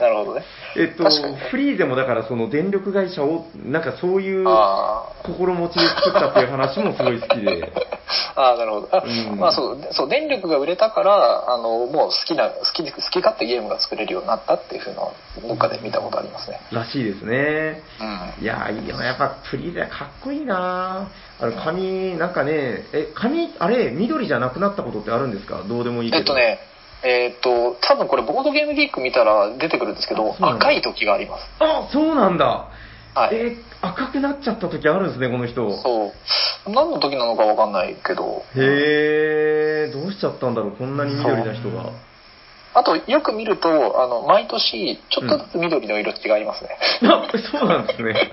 Speaker 3: なるほどね。
Speaker 2: えっと
Speaker 3: 確かに、
Speaker 2: フリーゼもだからその電力会社を、なんかそういう
Speaker 3: あ
Speaker 2: 心持ちで作ったっていう話もすごい好きで、
Speaker 3: ーあー、なるほど。あ
Speaker 2: うん
Speaker 3: まあそう、でそう、電力が売れたから、あの、もう好きな、好き、好き勝手ゲームが作れるようになったっていうふうな、どっかで見たことありますね。
Speaker 2: らしいですね。
Speaker 3: うん。
Speaker 2: いやー、いいよな、やっぱフリーゼかっこいいなあの、髪、なんかね、え、髪、あれ、緑じゃなくなったことってあるんですかどうでもいいけど。
Speaker 3: えっと。ね、えーっと、多分これ、ボードゲームギーク見たら出てくるんですけど
Speaker 2: あ、そうなんだ
Speaker 3: 赤い時があります。
Speaker 2: あ、そうなんだ。
Speaker 3: はい。
Speaker 2: えー赤くなっちゃった時あるんですね、この人。
Speaker 3: そう。何の時なのかわかんないけど。
Speaker 2: へえ、どうしちゃったんだろう、こんなに緑な人が。
Speaker 3: あと、よく見ると、あの、毎年、ちょっとずつ緑の色違いますね。
Speaker 2: あそうなんですね。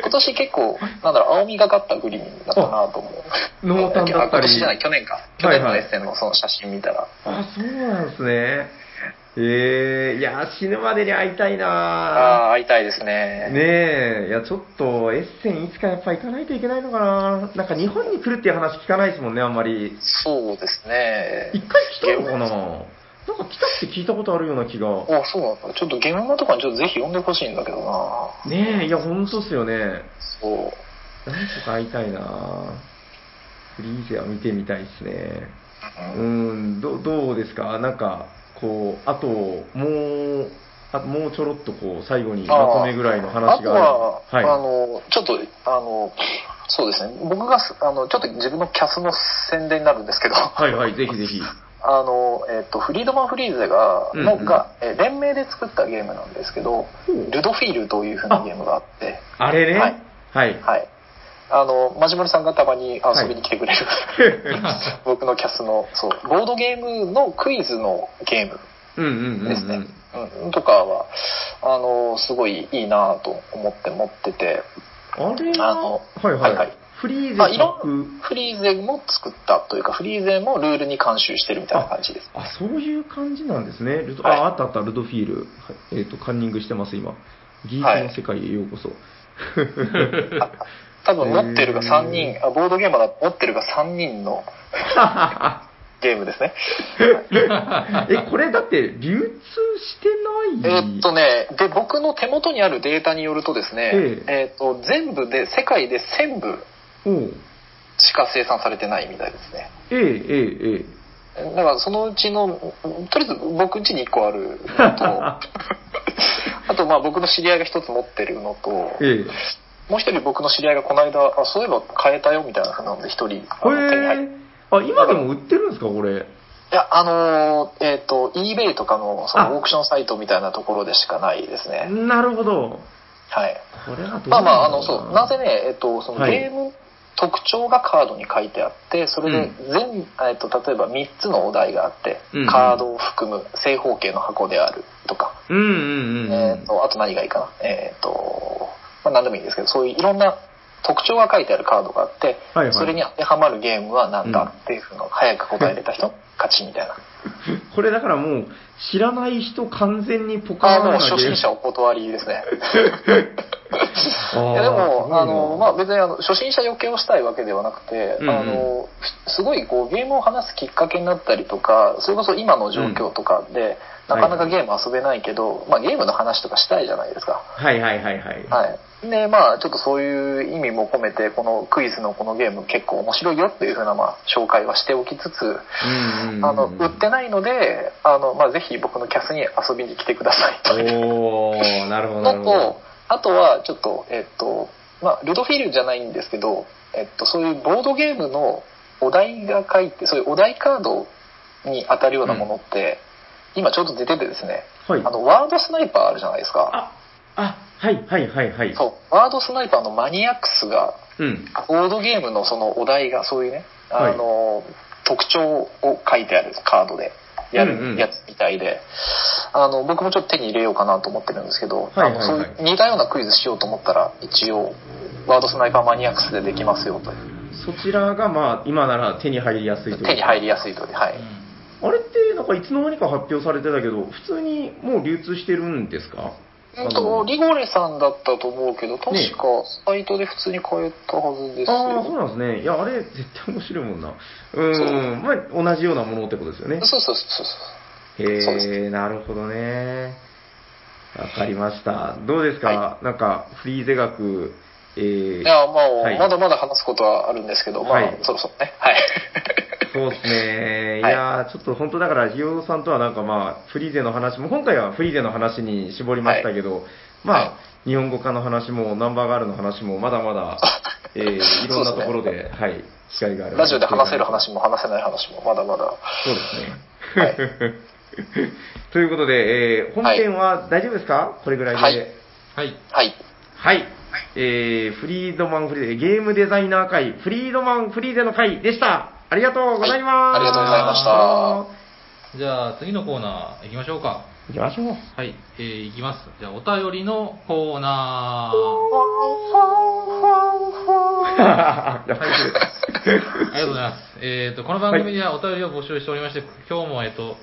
Speaker 3: 今年結構、なんだろう、青みがかったグリーンだったなと思う。
Speaker 2: 濃淡だ
Speaker 3: あ
Speaker 2: った
Speaker 3: 今
Speaker 2: り。
Speaker 3: 年じゃない、去年か。去年のエッセンのその写真見たら。
Speaker 2: あ、そうなんですね。ええいや、死ぬまでに会いたいな
Speaker 3: ああ、会いたいです
Speaker 2: ぁ
Speaker 3: ね。
Speaker 2: ねえ、いや、ちょっと、エッセンいつかやっぱ行かないといけないのかななんか日本に来るっていう話聞かないですもんね、あんまり。
Speaker 3: そうですね。
Speaker 2: 一回来たのかななんか来たって聞いたことあるような気が。
Speaker 3: あそうなんだ。ちょっとゲームマとかにちょっとぜひ呼んでほしいんだけどな
Speaker 2: ねえ、いや、ほんとっすよね。
Speaker 3: そう。
Speaker 2: なんとか会いたいなぁフリーゼは見てみたいですね。う
Speaker 3: うん
Speaker 2: ん、どどうですか、なんか、こう、あと、もう、あもうちょろっとこう、最後にまとめぐらいの話が
Speaker 3: あとは、
Speaker 2: あれば
Speaker 3: あ
Speaker 2: はい。
Speaker 3: の、ちょっと、あの、そうですね、僕がす、あの、ちょっと自分のキャスの宣伝になるんですけど、 あ
Speaker 2: はいはい、ぜひぜひ。
Speaker 3: の、えっ、と、フリードマン・フリーゼが、
Speaker 2: うんうん
Speaker 3: のが、えー連名で作ったゲームなんですけど、
Speaker 2: ほう
Speaker 3: ルドフィールというふうなゲームがあって、
Speaker 2: あれね。
Speaker 3: はい
Speaker 2: はい。
Speaker 3: はい。あの、マジモリさんがたまに遊びに来てくれる、 僕のキャスの、そう、ボードゲームのクイズのゲーム
Speaker 2: うんうんうん、う
Speaker 3: ですね
Speaker 2: ん。
Speaker 3: うんとかは、あの、すごいいいなと思って持ってて、
Speaker 2: あれ
Speaker 3: あの
Speaker 2: は、はいは。
Speaker 3: はいいはい
Speaker 2: フリーゼ
Speaker 3: あいろ
Speaker 2: 作
Speaker 3: フリーゼも作ったというか、フリーゼもルールに監修してるみたいな感じです。
Speaker 2: あ、そういう感じなんですね。ルド
Speaker 3: はい
Speaker 2: あ、あったあった、ルドフィール。はいえっ、と、カンニングしてます、今。ギークの世界へようこ そ。
Speaker 3: 多分持ってるが3人、あボードゲーマーだと持ってるが3人のゲームですね。
Speaker 2: え、これだって流通して
Speaker 3: え
Speaker 2: ない
Speaker 3: ーっとね、で、僕の手元にあるデータによるとですね、
Speaker 2: え
Speaker 3: えーっと、全部で、世界で1000部
Speaker 2: おう
Speaker 3: しか生産されてないみたいですね。
Speaker 2: ええええ
Speaker 3: だからそのうちの、とりあえず僕ん家に1個あるの と、あとまあ僕の知り合いが1つ持ってるのと、
Speaker 2: えええ
Speaker 3: もう一人僕の知り合いがこの間、あそういえば変えたよみたいな感じなんで、一人あ
Speaker 2: こ
Speaker 3: の手に入っ
Speaker 2: れ、あ、今でも売ってるんですか、これ。
Speaker 3: いや、あのーえっ、と、eBay とかのそ
Speaker 2: あ
Speaker 3: のオークションサイトみたいなところでしかないですね。
Speaker 2: なるほど。
Speaker 3: はい。
Speaker 2: これはどう
Speaker 3: まあまあ、あ
Speaker 2: んだろ
Speaker 3: の、そう、なぜね、えっ、と、その
Speaker 2: はい
Speaker 3: ゲーム、特徴がカードに書いてあって、それで全、えっと例えば3つのお題があって、
Speaker 2: うんうん
Speaker 3: カードを含む正方形の箱であるとか、
Speaker 2: うんうんうんうん。
Speaker 3: えっとあと何がいいかな、えっとまあ、何でもいいんですけどそういういろんな特徴が書いてあるカードがあって、
Speaker 2: はいはい
Speaker 3: それに当てはまるゲームは何だっていうふうの早く答えれた人の勝ちみたいな。
Speaker 2: これだからもう、知らない人完全にポカ
Speaker 3: あ
Speaker 2: ー
Speaker 3: あ、もう
Speaker 2: ン
Speaker 3: 初心者お断りですね。いやでも、あの、ま
Speaker 2: あ
Speaker 3: あ別にあの初心者余計をしたいわけではなくて、
Speaker 2: うんうん
Speaker 3: あの、すごいこうゲームを話すきっかけになったりとか、それこそ今の状況とかで、
Speaker 2: うん
Speaker 3: なかなかゲーム遊べないけど、まあゲームの話とかしたいじゃないですか。
Speaker 2: すごいなはいはいはいはい。
Speaker 3: はい。で、まあちょっとそういう意味も込めて、このクイズのこのゲーム結構面白いよっていうふうな、まあ紹介はしておきつつ、
Speaker 2: うんうんうん
Speaker 3: あの、売ってないので、あの、まあぜひ僕のキャスに遊びに来てくださいという。
Speaker 2: おー、なるほどなる
Speaker 3: の
Speaker 2: ほど
Speaker 3: と。、あとはちょっと、えっと、まあ、ルドフィールじゃないんですけど、えっと、そういうボードゲームのお題が書いて、そういうお題カードに当たるようなものって、今ちょうど出ててですね、
Speaker 2: はい。
Speaker 3: あの、ワードスナイパーあるじゃないですか。
Speaker 2: あ、あ、はいはいはいはい。
Speaker 3: そう、ワードスナイパーのマニアックスが、
Speaker 2: うん。
Speaker 3: ボードゲームのそのお題がそういうね、あの、特徴を書いてあるカードで。や
Speaker 2: うんうん
Speaker 3: るやつみたいで、あの僕もちょっと手に入れようかなと思ってるんですけど、
Speaker 2: はいはいはい
Speaker 3: あのそういう似たようなクイズしようと思ったら一応ワードスナイパーマニアックスでできますよという
Speaker 2: そちらがまあ、今なら手に入りやすいというか
Speaker 3: 手に入りやすいというはい、
Speaker 2: あれって、なんかいつの間にか発表されてたけど、普通にもう流通してるんですか
Speaker 3: うん
Speaker 2: あの
Speaker 3: とリゴレさんだったと思うけど確
Speaker 2: ね
Speaker 3: かサイトで普通に買えたはずです
Speaker 2: ああ、
Speaker 3: よ、
Speaker 2: そうなんですね。いや、あれ、絶対面白いもんな。うーん、まあ、同じようなものってことですよね。
Speaker 3: そうそうそうそうそうです
Speaker 2: へえ、なるほどね。わかりました。どうですか、
Speaker 3: は
Speaker 2: なんか、フリーゼ学、えー
Speaker 3: い、やまあ、
Speaker 2: はい
Speaker 3: まだまだ話すことはあるんですけどまあ、
Speaker 2: はい
Speaker 3: そろそろねはい
Speaker 2: そうですね。い
Speaker 3: はい
Speaker 2: やー、ちょっと本当だから、ひよさんとはなんかまあ、フリーゼの話も、今回はフリーゼの話に絞りましたけど、まあ、
Speaker 3: は
Speaker 2: 日本語化の話も、ナンバーガールの話も、まだまだ、えー、 いろんなところで、はい、機会があれば
Speaker 3: ラジオで話せる話も話せない話もまだまだ
Speaker 2: そうですね。 ということで、えー本編は大丈夫ですか、これぐらいで。は
Speaker 3: はいい。
Speaker 1: はい。
Speaker 3: はい
Speaker 2: えーフリードマンフリーゼ、ゲームデザイナー会、フリードマンフリーゼの会でした。ありがとうございます。
Speaker 3: はいありがとうございました
Speaker 1: じゃあ、次のコーナー行きましょうか。
Speaker 2: した。行き ましょう。
Speaker 1: はい。えー、行きます。じゃあ、お便りのコーナ
Speaker 2: やっぱ
Speaker 1: ー。
Speaker 2: り
Speaker 1: ありがとうございます。えっ、と、この番組ではお便りを募集しておりまして、今日も、えっ、と、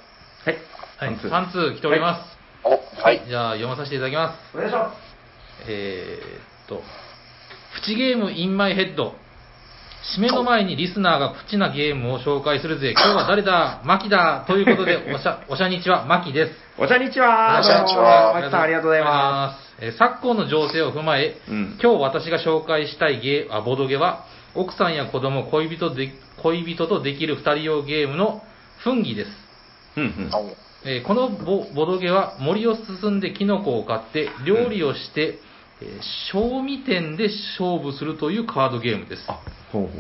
Speaker 2: はい。
Speaker 1: はい、
Speaker 2: 三通
Speaker 1: 3通来ております。
Speaker 3: おはい
Speaker 1: じゃあ、読まさせていただきます。
Speaker 2: お願いしま
Speaker 1: えーっと、プチゲームインマイヘッド。締めの前にリスナーがプチなゲームを紹介するぜ。今日は誰だマキだということで、おしゃ、おしゃにちはマキです。。
Speaker 2: す。お茶にちは。
Speaker 3: お茶にちは
Speaker 2: どうもマキさん、ありがとうございます
Speaker 1: えー昨今の情勢を踏まえ、
Speaker 2: す。うん。
Speaker 1: 今日私が紹介したいゲー、あ、ボドゲは、奥さんや子供、恋人で、恋人とできる二人用ゲームの、フンギです。
Speaker 2: うんうん。
Speaker 3: あの
Speaker 1: えーこのボボドゲは森を進んでキノコを買って料理をして、えー賞味店で勝負するというカードゲームです
Speaker 2: ほうほうほ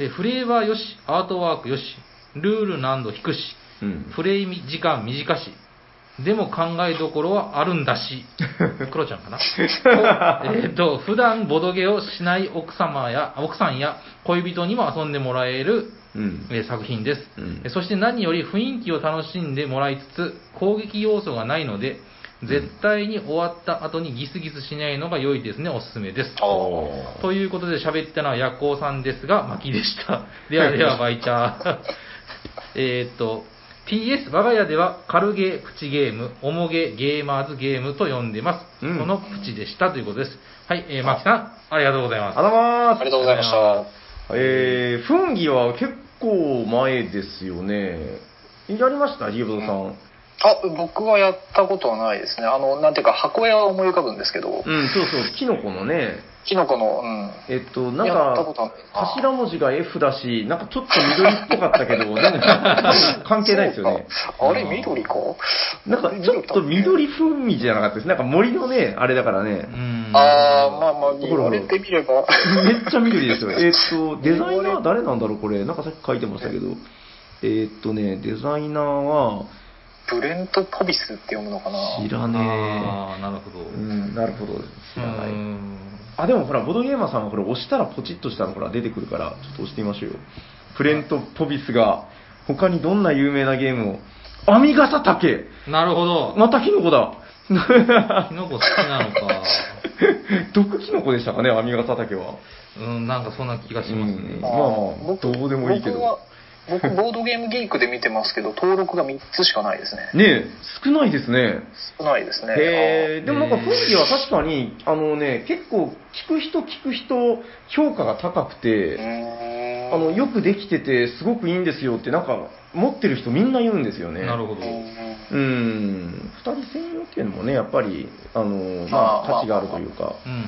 Speaker 1: でフレーバーよしアートワークよしルール難度低し
Speaker 2: う。うん。
Speaker 1: プレイ時間短しでも考えどころはあるんだ しクロちゃんかなとえーと普段ボドゲをしない奥様や奥さんや恋人にも遊んでもらえる
Speaker 2: うん。
Speaker 1: えー作品です、
Speaker 2: うん
Speaker 1: えーそして何より雰囲気を楽しんでもらいつつ攻撃要素がないので絶対に終わった後にギスギスしないのが良いですねおすすめです
Speaker 3: おー
Speaker 1: ということで喋ったのはヤッコウさんですが巻きでした ではではバイチャー えーっと PS 我が家では軽ゲープチゲーム重ゲーゲーマーズゲームと呼んでます、
Speaker 2: うん
Speaker 1: このプチでしたということですはい、えー、マキさんありがとうございます
Speaker 2: あざま
Speaker 3: あ
Speaker 2: ーす。
Speaker 3: りがとうございました。
Speaker 2: えー、フンギは結構前ですよね。やりましたリエボドさん。
Speaker 3: あ、僕はやったことはないですね。あの、なんていうか、箱絵は思い浮かぶんですけど、
Speaker 2: うん、そうそう、キノコのね、
Speaker 3: キノコの、うん。
Speaker 2: えっと、なん
Speaker 3: やったこ
Speaker 2: か、
Speaker 3: とはないな
Speaker 2: 頭文字が F だし、なんかちょっと緑っぽかったけど、でも関係ないですよね。
Speaker 3: そうかあれ、緑か
Speaker 2: なんかちょっと緑風味じゃなかったです。なんか森のね、あれだからね
Speaker 1: う。ん。
Speaker 3: ああ、まあまあ、
Speaker 2: ほら
Speaker 3: 言われてみれば。
Speaker 2: めっちゃ緑ですよ。えっと、デザイナー誰なんだろう、これ。なんかさっき書いてましたけど。えっとね、デザイナーは
Speaker 3: ブレント・ポビスって読むのかな
Speaker 2: 知らね
Speaker 1: あーなるほど。
Speaker 2: え。うん、なるほど。知らな
Speaker 1: うー
Speaker 2: い。
Speaker 1: ん
Speaker 2: あ、でもほら、ボドゲーマーさんはこれ押したらポチッとしたのほら出てくるから、ちょっと押してみましょうよ。プレント・ポビスが、他にどんな有名なゲームを。アミガサタケ
Speaker 1: なるほど。
Speaker 2: またキノコだ
Speaker 1: キノコ好きなのか。
Speaker 2: 毒キノコでしたかね、アミガサタケは。
Speaker 1: うん、なんかそんな気がします
Speaker 2: うん
Speaker 1: ね。
Speaker 2: まあまあ、
Speaker 3: 僕
Speaker 2: どうでもいいけど
Speaker 3: 僕。は、僕、ボードゲームギークで見てますけど、登録が3つしかないですね。
Speaker 2: ねえ、少ないですね。
Speaker 3: 少ないですね。
Speaker 2: へえ、でもなんか
Speaker 1: へえ
Speaker 2: 雰囲気は確かに、あのね、結構聞く人聞く人、評価が高く
Speaker 3: あ
Speaker 2: て、
Speaker 3: ー
Speaker 2: あの、よくできてて、すごくいいんですよって、なんか、持ってる人みんな言うんですよね。
Speaker 1: なるほ
Speaker 3: う
Speaker 1: ど。
Speaker 3: ー ん
Speaker 2: うん、二人専用っていうのもね、やっぱり、あの、ま
Speaker 3: まあ
Speaker 2: あ、価値があるというか。
Speaker 1: うんうん。
Speaker 3: うん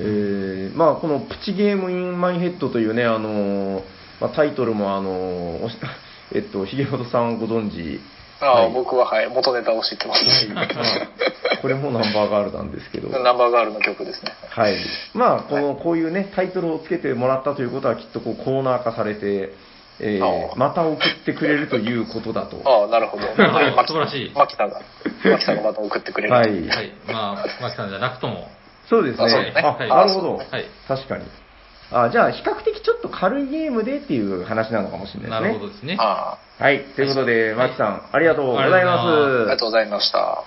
Speaker 2: えーまあ、このプチゲームインマイヘッドというね、あのーまあ、タイトルも、あのーおし えっと、ひげほどさんご存知、
Speaker 3: ああ、僕は、はい、元ネタを知ってます。
Speaker 2: まあこれもナンバーガールなんです けど、
Speaker 3: ナンバーガールの曲ですね。
Speaker 2: はい。まあ、この、こういうね、タイトルをつけてもらったということは、きっとこうコーナー化されて、えー
Speaker 3: ああ
Speaker 2: また送ってくれるということだと。
Speaker 3: ああ、なるほど。
Speaker 1: るほど素晴らしい
Speaker 3: マキさんが、マキさんがまた送ってくれる。
Speaker 2: は。
Speaker 1: はいい。まあ、マキさんじゃなくとも。
Speaker 2: そうです
Speaker 3: あそう
Speaker 2: ね
Speaker 3: で。す
Speaker 2: あ
Speaker 3: ね、
Speaker 1: はい
Speaker 2: なるほど。
Speaker 1: はい。
Speaker 2: 確かに。あじゃあ、比較的ちょっと軽いゲームでっていう話なのかもしれな
Speaker 1: ない
Speaker 2: で
Speaker 1: る
Speaker 2: すね。
Speaker 1: ほどですね。
Speaker 3: ああ、
Speaker 2: はい、ということで、
Speaker 1: はい
Speaker 2: マキさん、ありがとうございま
Speaker 3: ありが
Speaker 2: す。
Speaker 3: とうございました。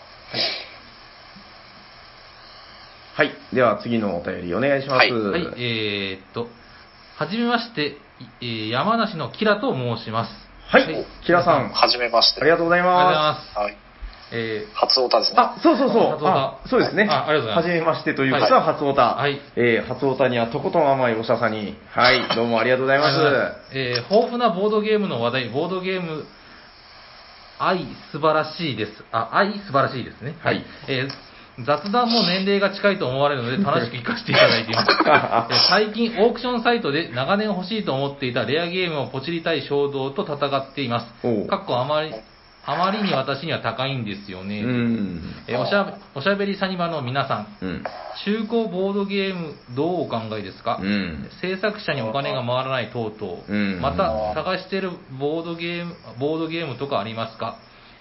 Speaker 2: はい、では次のお便りお願いします。
Speaker 3: はい
Speaker 1: はい、えー、っと、はじめまして、いえー山梨のキラと申します。
Speaker 2: はいキラさん
Speaker 3: はじめまして。
Speaker 2: ありがとうござい
Speaker 1: あり
Speaker 2: ま
Speaker 1: がとうございます。
Speaker 3: う。はい。
Speaker 1: す。え
Speaker 3: 初オタです
Speaker 2: す。
Speaker 3: ね。
Speaker 2: あ、そうそうそう
Speaker 1: 初。オタ
Speaker 2: あそうですね。
Speaker 1: あありがとうございます
Speaker 2: はじめましてということは初オタ。
Speaker 1: はい
Speaker 2: えー初オタにはとことん甘いおしゃさに。はい、どうもありがとうご
Speaker 1: ー
Speaker 2: ざいます。
Speaker 1: えー豊富なボードゲームの話題、ボードゲーム、愛素晴らしいです。あ、愛素晴らしいですね。
Speaker 2: はい
Speaker 1: えー雑談も年齢が近いと思われるの で楽しく活かしていただいています。えー最近オークションサイトで長年欲しいと思っていたレアゲームをポチりたい衝動と戦っています。
Speaker 2: おう
Speaker 1: かっこあまり、あまりに私には高いんですよね。
Speaker 2: うん。
Speaker 1: えーおしゃおしゃべりサニバの皆さん、
Speaker 2: うん。
Speaker 1: 中古ボードゲーム、どうお考えですか、
Speaker 2: うん。
Speaker 1: 制作者にお金が回らない等々、
Speaker 2: うん
Speaker 1: また探してるボードゲームボードゲームとかありますか、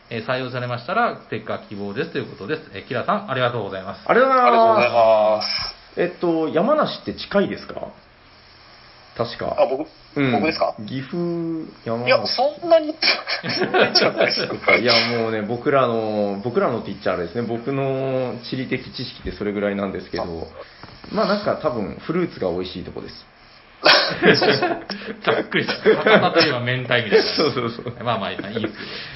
Speaker 1: えー採用されましたら、ステッカー希望ですということです、えーキラさん、ありがとうございます。
Speaker 2: ありがとうございます。
Speaker 3: ありがとうございます。
Speaker 2: えっと、山梨って近いですか確か。
Speaker 3: あ、僕、
Speaker 2: うん
Speaker 3: 僕ですか
Speaker 2: 岐阜、山梨。
Speaker 3: いや、そんなに、そんなに近くないですよ。
Speaker 2: いやもうね、僕らの、僕らのって言っちゃあれですね、僕の地理的知識ってそれぐらいなんですけど、まあなんか多分フルーツが美味しいとこ です。
Speaker 1: ざっくりした。博多といえば明太みたい
Speaker 2: そうそうそう。
Speaker 1: な。まあまあ、いいですけど。
Speaker 2: い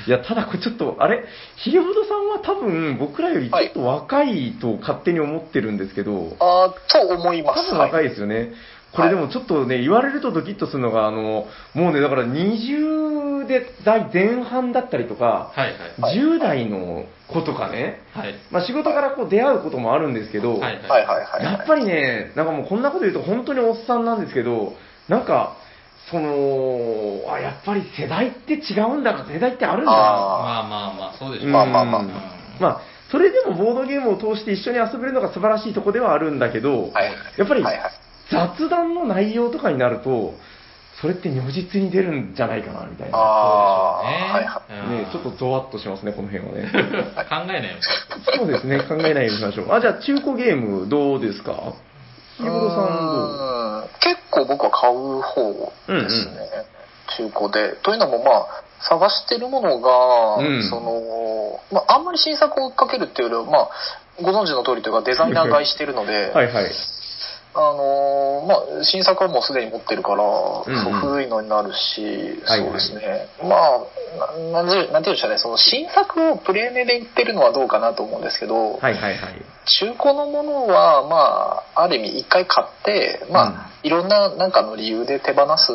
Speaker 2: や、ただこれちょっと、あれ、ひげほどさんは多分僕らよりちょっと若いと勝手に思ってるんですけど、
Speaker 3: あーと思いま
Speaker 2: 多
Speaker 3: す。
Speaker 2: 分若
Speaker 3: はい
Speaker 2: いですよね。これでもちょっとね、言われるとドキッとするのが、あの、もうね、だから20で代前半だったりとか、
Speaker 1: はいはい。
Speaker 2: 10代の子とかね、
Speaker 1: はい。
Speaker 2: まあ仕事からこう出会うこともあるんですけ
Speaker 1: は
Speaker 2: ど、
Speaker 1: い
Speaker 3: はいはいはい。
Speaker 2: やっぱりね、なんかもうこんなこと言うと本当におっさんなんですけど、なんか、その、あ、やっぱり世代って違うんだ、世代ってあるんだ。
Speaker 3: あ
Speaker 1: まあまあまあ、そうでしょう。
Speaker 3: まあまあまあ
Speaker 2: うん
Speaker 1: ま
Speaker 2: まあ、それでもボードゲームを通して一緒に遊べるのが素晴らしいとこではあるんだけど、
Speaker 3: はい
Speaker 2: やっぱり
Speaker 3: はいはい
Speaker 2: 雑談の内容とかになると、それって如実に出るんじゃないかな、みたいな。
Speaker 3: あ
Speaker 1: そうでしょうね
Speaker 3: ーはいはい
Speaker 2: ね、ちょっとゾワッとしますね、この辺はね。
Speaker 1: 考えないよ。
Speaker 2: そうですね、考えないようにしましょう。あ、じゃあ中古ゲームどうですかひぶろさんどう
Speaker 3: うーん結構僕は買う方ですね、中古で。というのもまあ探してるものが、
Speaker 2: うん
Speaker 3: そのまあ、あんまり新作を追っかけるっていうよりは、まあ、ご存知の通りというかデザイナー買いしてるの で、
Speaker 2: はいはい。
Speaker 3: あのーまあ、新作はもうすでに持ってるか
Speaker 2: ん
Speaker 3: ら、
Speaker 2: うん
Speaker 3: そう古いのになるし、
Speaker 2: はいはい
Speaker 3: そうですね、まあななんてなんていうんでしょうねその新作をプレーネで売ってるのはどうかなと思うんですけど、
Speaker 2: はいはいはい。
Speaker 3: 中古のものは、まあ、ある意味一回買って、まあ、いろんななんかの理由で手放す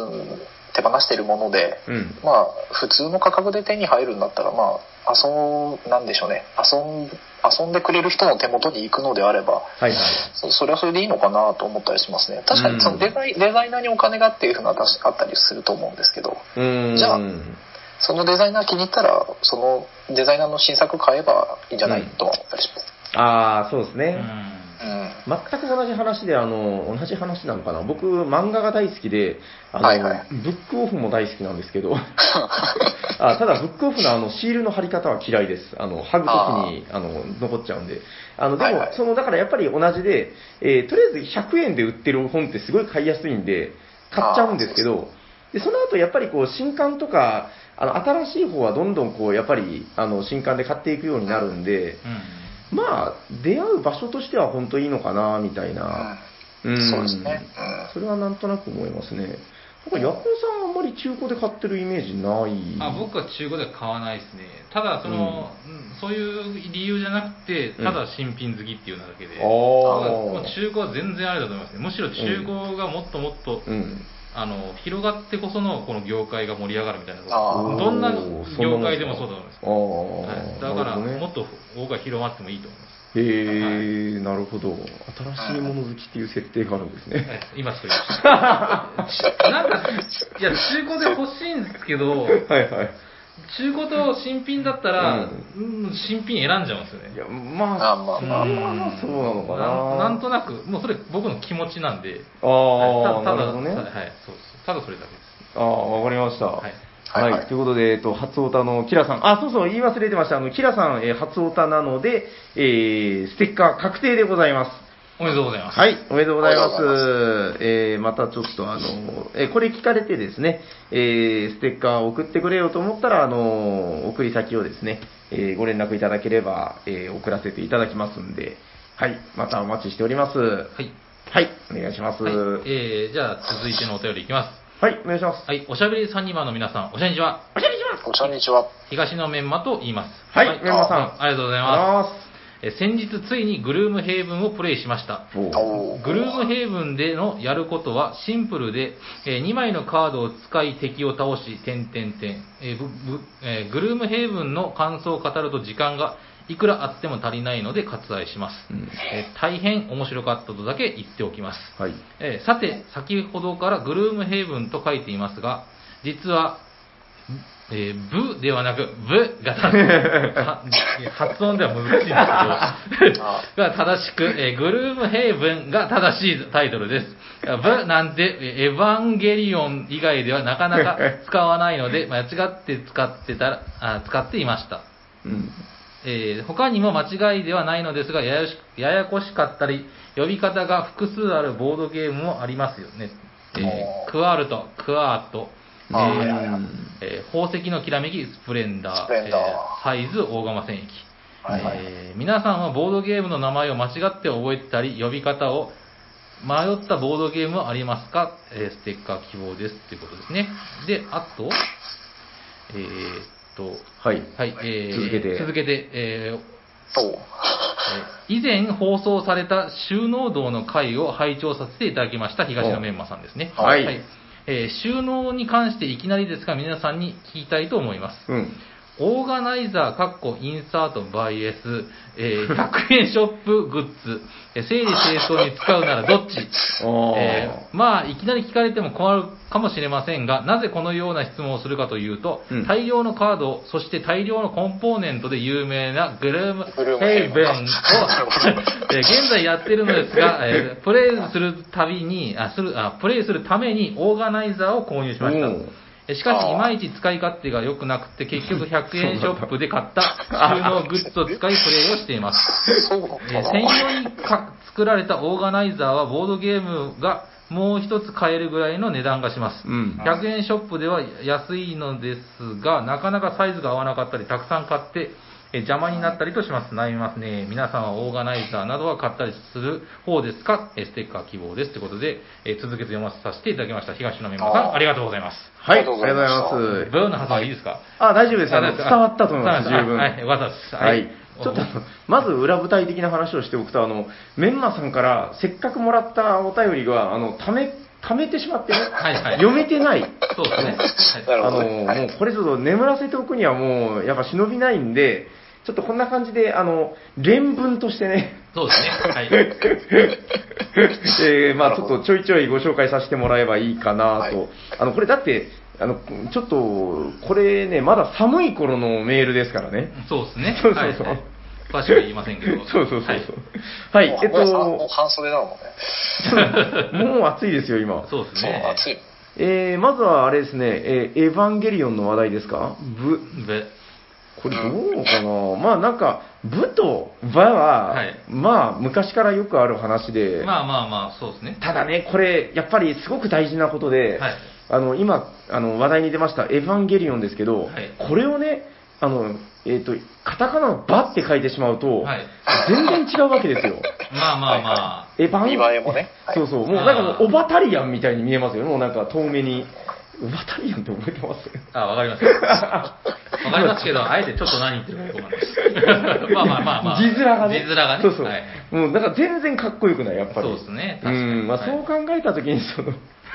Speaker 3: 手放しているもので、
Speaker 2: うん。
Speaker 3: まあ、普通の価格で手に入るんだったら、まあ、遊ん、なんでしょうね。遊ん、遊んでくれる人の手元に行くのであれ
Speaker 2: は
Speaker 3: ば、
Speaker 2: いはい。
Speaker 3: そそれはそれでいいのかなと思ったりしますね。確か
Speaker 2: うん
Speaker 3: にそのデザイ,、デザイナーにお金がっていうふうな話あったりすると思うんですけど、
Speaker 2: うーん。
Speaker 3: じゃあ
Speaker 2: うん。
Speaker 3: そのデザイナー気に入ったら、そのデザイナーの新作買えばいいんじゃない、
Speaker 2: うん
Speaker 3: とは思ったりします。
Speaker 2: ああ、そうですね。
Speaker 1: うん
Speaker 3: うん。
Speaker 2: 全く同じ話で、あの、同じ話なのかな。僕、漫画が大好きで、あの、
Speaker 3: はいはい
Speaker 2: ブックオフも大好きなんですけど、あただ、ブックオフのあの、シールの貼り方は嫌いです。あの、貼るときに、あの、残っちゃうんで。あの、でも、
Speaker 3: はいはい
Speaker 2: その、だからやっぱり同じで、えーとりあえず100円で売ってる本ってすごい買いやすいんで、買っちゃうんですけど、で、その後、やっぱりこう、新刊とか、あの、新しい方はどんどんこう、やっぱり、あの、新刊で買っていくようになるんで、まあ、出会う場所としては本当いいのかな、みたいな。
Speaker 3: うん
Speaker 2: ん
Speaker 3: そうですね。
Speaker 2: それはなんとなく思いますね。なんか、ヤコウさんはあんまり中古で買ってるイメージない。
Speaker 1: あ僕は中古では買わないですねただその、うんそういう理由じゃなくてただ新品好きっていうのだけで、
Speaker 2: あ
Speaker 1: もう
Speaker 2: ー
Speaker 1: 中古は全然あれだと思いますねむしろ中古がもっともっと、
Speaker 2: うん。
Speaker 1: あの広がってこそのこの業界が盛り上がるみたいなこ
Speaker 3: あ
Speaker 1: と
Speaker 3: ー
Speaker 1: どんな
Speaker 2: おー
Speaker 1: 業界でもそうだと思います
Speaker 2: あー
Speaker 1: はいだから、
Speaker 2: なる
Speaker 1: も
Speaker 2: ほ
Speaker 1: っ
Speaker 2: どね、
Speaker 1: と僕は広まってもいいと思いま
Speaker 2: へえ、なるほど。新しいもの好きっていう設定があるんです
Speaker 1: す、
Speaker 2: ね。
Speaker 1: はい今作りました なんかいや中古で欲しいんですけど
Speaker 2: はいはい。
Speaker 1: 中古と新品だったら、
Speaker 2: う
Speaker 1: うん新品選んじゃうんですよね
Speaker 2: いや、ま
Speaker 3: あ
Speaker 2: あ、
Speaker 3: まあ
Speaker 2: それ
Speaker 3: まあ
Speaker 2: はそうなのかな。
Speaker 1: んなんとなくもうそれ僕の気持ちなんで
Speaker 2: ああ、
Speaker 1: た
Speaker 2: な
Speaker 1: た
Speaker 2: る
Speaker 1: だ
Speaker 2: ほど
Speaker 1: た
Speaker 2: ね
Speaker 1: だ。はいそうですただそれだけです
Speaker 2: ああ、わかりました。
Speaker 1: はい
Speaker 2: はい、
Speaker 3: はい
Speaker 2: ということで、えっと、初オタのキラさん。あ、そうそう、言い忘れてました。あの、キラさん、えー初オタなので、えーステッカー確定でございます。
Speaker 1: おめでとうございます、
Speaker 2: はい、おめでとうございます。
Speaker 3: おめでと
Speaker 2: えーまたちょっとあの、えーこれ聞かれてですね、えーステッカーを送ってくれよと思ったら、あの、送り先をですね、えーご連絡いただければ、えー送らせていただきますんで、はい、またお待ちしております。は
Speaker 1: はい
Speaker 2: い、お願いします。
Speaker 1: はい
Speaker 2: は
Speaker 1: えーじゃあ続いてのお便りいきます
Speaker 2: い、お願いします。
Speaker 1: はい、おしゃべりサニバーの皆さん、おしゃにちは。
Speaker 2: お願いします。
Speaker 3: こちらにちは。
Speaker 1: 東のメンマと言います。
Speaker 2: はい、メンマさん。
Speaker 1: あありがとうございま
Speaker 2: あ
Speaker 1: す。え先日ついにグルームヘイブンをプレイしました。
Speaker 2: りがとうございます。おー
Speaker 3: おー
Speaker 1: グルームヘイブンでのやることはシンプルで、え2枚のカードを使い敵を倒し、点々点。えーぶぶえーグルームヘイブンの感想を語ると時間がいくらあっても足りないので割愛します。
Speaker 2: うん
Speaker 1: えー大変面白かったとだけ言っておきます。
Speaker 2: はい。
Speaker 1: えーさて、先ほどからグルームヘイブンと書いていますが、実は、えーブではなく、ブがは発音では難しいんですけど、
Speaker 3: あ
Speaker 1: が正しく、えーグルームヘイブンが正しいタイトルです。ブなんて、えーエヴァンゲリオン以外ではなかなか使わないので、間違って使ってたら、あ使っていました。
Speaker 2: うん。
Speaker 1: えー他にも間違いではないのですがややしややこしかったり呼び方が複数あるボードゲームもありますよね、えー
Speaker 3: おー
Speaker 1: クワールトクアート、えー
Speaker 3: あーはいはいはい
Speaker 1: えー宝石のきらめきスプレンダー
Speaker 3: スプレンダー
Speaker 1: えーハイズ大釜戦役、
Speaker 3: はいはい
Speaker 1: えー皆さんはボードゲームの名前を間違って覚えてたり呼び方を迷ったボードゲームはありますか、えーステッカー希望ですっていうことですねであとえーっと
Speaker 2: はい。
Speaker 1: はい、えー
Speaker 2: 続けて
Speaker 1: 続けて、えー
Speaker 3: そう。
Speaker 1: えー以前放送された収納道の回を拝聴させていただきました東野メンマさんですね。
Speaker 2: はい
Speaker 1: えー収納に関していきなりですが皆さんに聞きたいと思います。
Speaker 2: うん。
Speaker 1: オーガナイザー、かっこインサート、バイエス、えー100円ショップグッズ、えー整理清掃に使うならどっち
Speaker 2: ああ、
Speaker 1: えーまあ、いきなり聞かれても困るかもしれませんが、なぜこのような質問をするかというと、
Speaker 2: うん
Speaker 1: 大量のカードを、そして大量のコンポーネントで有名なグルーム
Speaker 3: グルーム
Speaker 1: ヘイブンを、
Speaker 3: なるほ
Speaker 1: えー現在やってるのですが、えープレイするたびにあするあ、プレイするためにオーガナイザーを購入しました。
Speaker 2: うん
Speaker 1: えしかし、
Speaker 3: あー
Speaker 1: いまいち使い勝手が良くなくて、結局100円ショップで買った収納グッズを使いプレイをしています。
Speaker 3: そうなの
Speaker 1: えー
Speaker 3: か
Speaker 1: 専
Speaker 3: な。
Speaker 1: 用にか作られたオーガナイザーはボードゲームがもう一つ買えるぐらいの値段がします。
Speaker 2: うん。
Speaker 1: 100円ショップでは安いのですが、なかなかサイズが合わなかったり、たくさん買って、えー邪魔になったりとします。悩みますね。皆さんはオーガナイザーなどは買ったりする方ですかえーステッカー希望です。ということで、えー続けて読ませさせていただきました。東野美馬さ
Speaker 3: あ
Speaker 1: ん、
Speaker 3: ー
Speaker 1: ありがとうございます。
Speaker 2: はい、あ
Speaker 3: あ
Speaker 2: り
Speaker 3: り
Speaker 2: が
Speaker 3: が
Speaker 2: と
Speaker 3: と
Speaker 2: う
Speaker 3: う
Speaker 2: ご
Speaker 1: ブー
Speaker 2: ざいますす。
Speaker 3: ございま
Speaker 1: の発音いいですか
Speaker 2: あ、大丈夫です。あ
Speaker 1: あ
Speaker 2: の
Speaker 1: 大丈夫
Speaker 2: 伝わったと思います、
Speaker 1: あ
Speaker 2: 十
Speaker 1: 伝わっ
Speaker 2: 分。
Speaker 1: たはい、よかったです。
Speaker 2: はい、ちょっと
Speaker 1: お
Speaker 2: まず裏舞台的な話をしておくと、あのメンマさんからせっかくもらったお便りが、あのため溜めてしまってね、
Speaker 1: はいはい。
Speaker 2: 読めてない。
Speaker 1: そうですね。は
Speaker 3: な
Speaker 1: い
Speaker 3: るほ
Speaker 2: あ
Speaker 3: ど
Speaker 2: の、
Speaker 3: ねはい
Speaker 2: もうこれちょっと眠らせておくにはもう、やっぱ忍びないんで、ちょっとこんな感じで、あの、連文としてね、
Speaker 1: そうですね。 はい。
Speaker 2: えーまあ
Speaker 3: な
Speaker 2: ち
Speaker 3: る
Speaker 2: ょっ
Speaker 3: ほ
Speaker 2: とちょいちょいご紹介させてもらえばいいかなと。
Speaker 3: はい
Speaker 2: あの、これだって、あの、ちょっと、これね、まだ寒い頃のメールですからね。
Speaker 1: そうですね。
Speaker 2: そうそうそう
Speaker 1: はい詳しくは言いませんけど。
Speaker 2: そうそうそうそう。
Speaker 1: はい
Speaker 2: は
Speaker 3: も
Speaker 2: い、え
Speaker 3: う
Speaker 2: っ
Speaker 3: もう
Speaker 2: と、
Speaker 3: 半袖なのね。
Speaker 2: もう暑いですよ、今。
Speaker 1: そうです
Speaker 3: そう、
Speaker 1: ね。
Speaker 3: 暑い。
Speaker 2: えーまずはあれですね、えーエヴァンゲリオンの話題ですかブ、
Speaker 1: で
Speaker 2: これどうかなまあなんか、ブとバは、
Speaker 1: はい
Speaker 2: まあ昔からよくある話で、
Speaker 1: まあまあまあ、そうですね。
Speaker 2: ただね、これ、やっぱりすごく大事なことで、
Speaker 1: はい。
Speaker 2: あの今あの、話題に出ました、エヴァンゲリオンですけど、
Speaker 1: はい
Speaker 2: これをね、あのえー、とカタカナのバって書いてしまうと、
Speaker 1: はい。
Speaker 2: 全然違うわけで すよ。
Speaker 1: まあまあまあ。
Speaker 2: エヴァン
Speaker 3: 見栄えもねはい
Speaker 2: そうそう、もうなんかもう、オバタリアンみたいに見えますよね、もうなんか遠目に。オバタリアンって覚えてます
Speaker 1: あ、わかります。 わかりますけど、あえてちょっと何言ってるかわ かんないまあまあまあまあ。
Speaker 2: 字面がね。
Speaker 1: 字面がね。
Speaker 2: そうそう。
Speaker 1: はい
Speaker 2: もうなんか全然かっこよくない、やっぱり。
Speaker 1: そうですね。
Speaker 2: う
Speaker 1: 確かに。
Speaker 2: ん、まあ、
Speaker 1: はい
Speaker 2: そう考えたときに、その、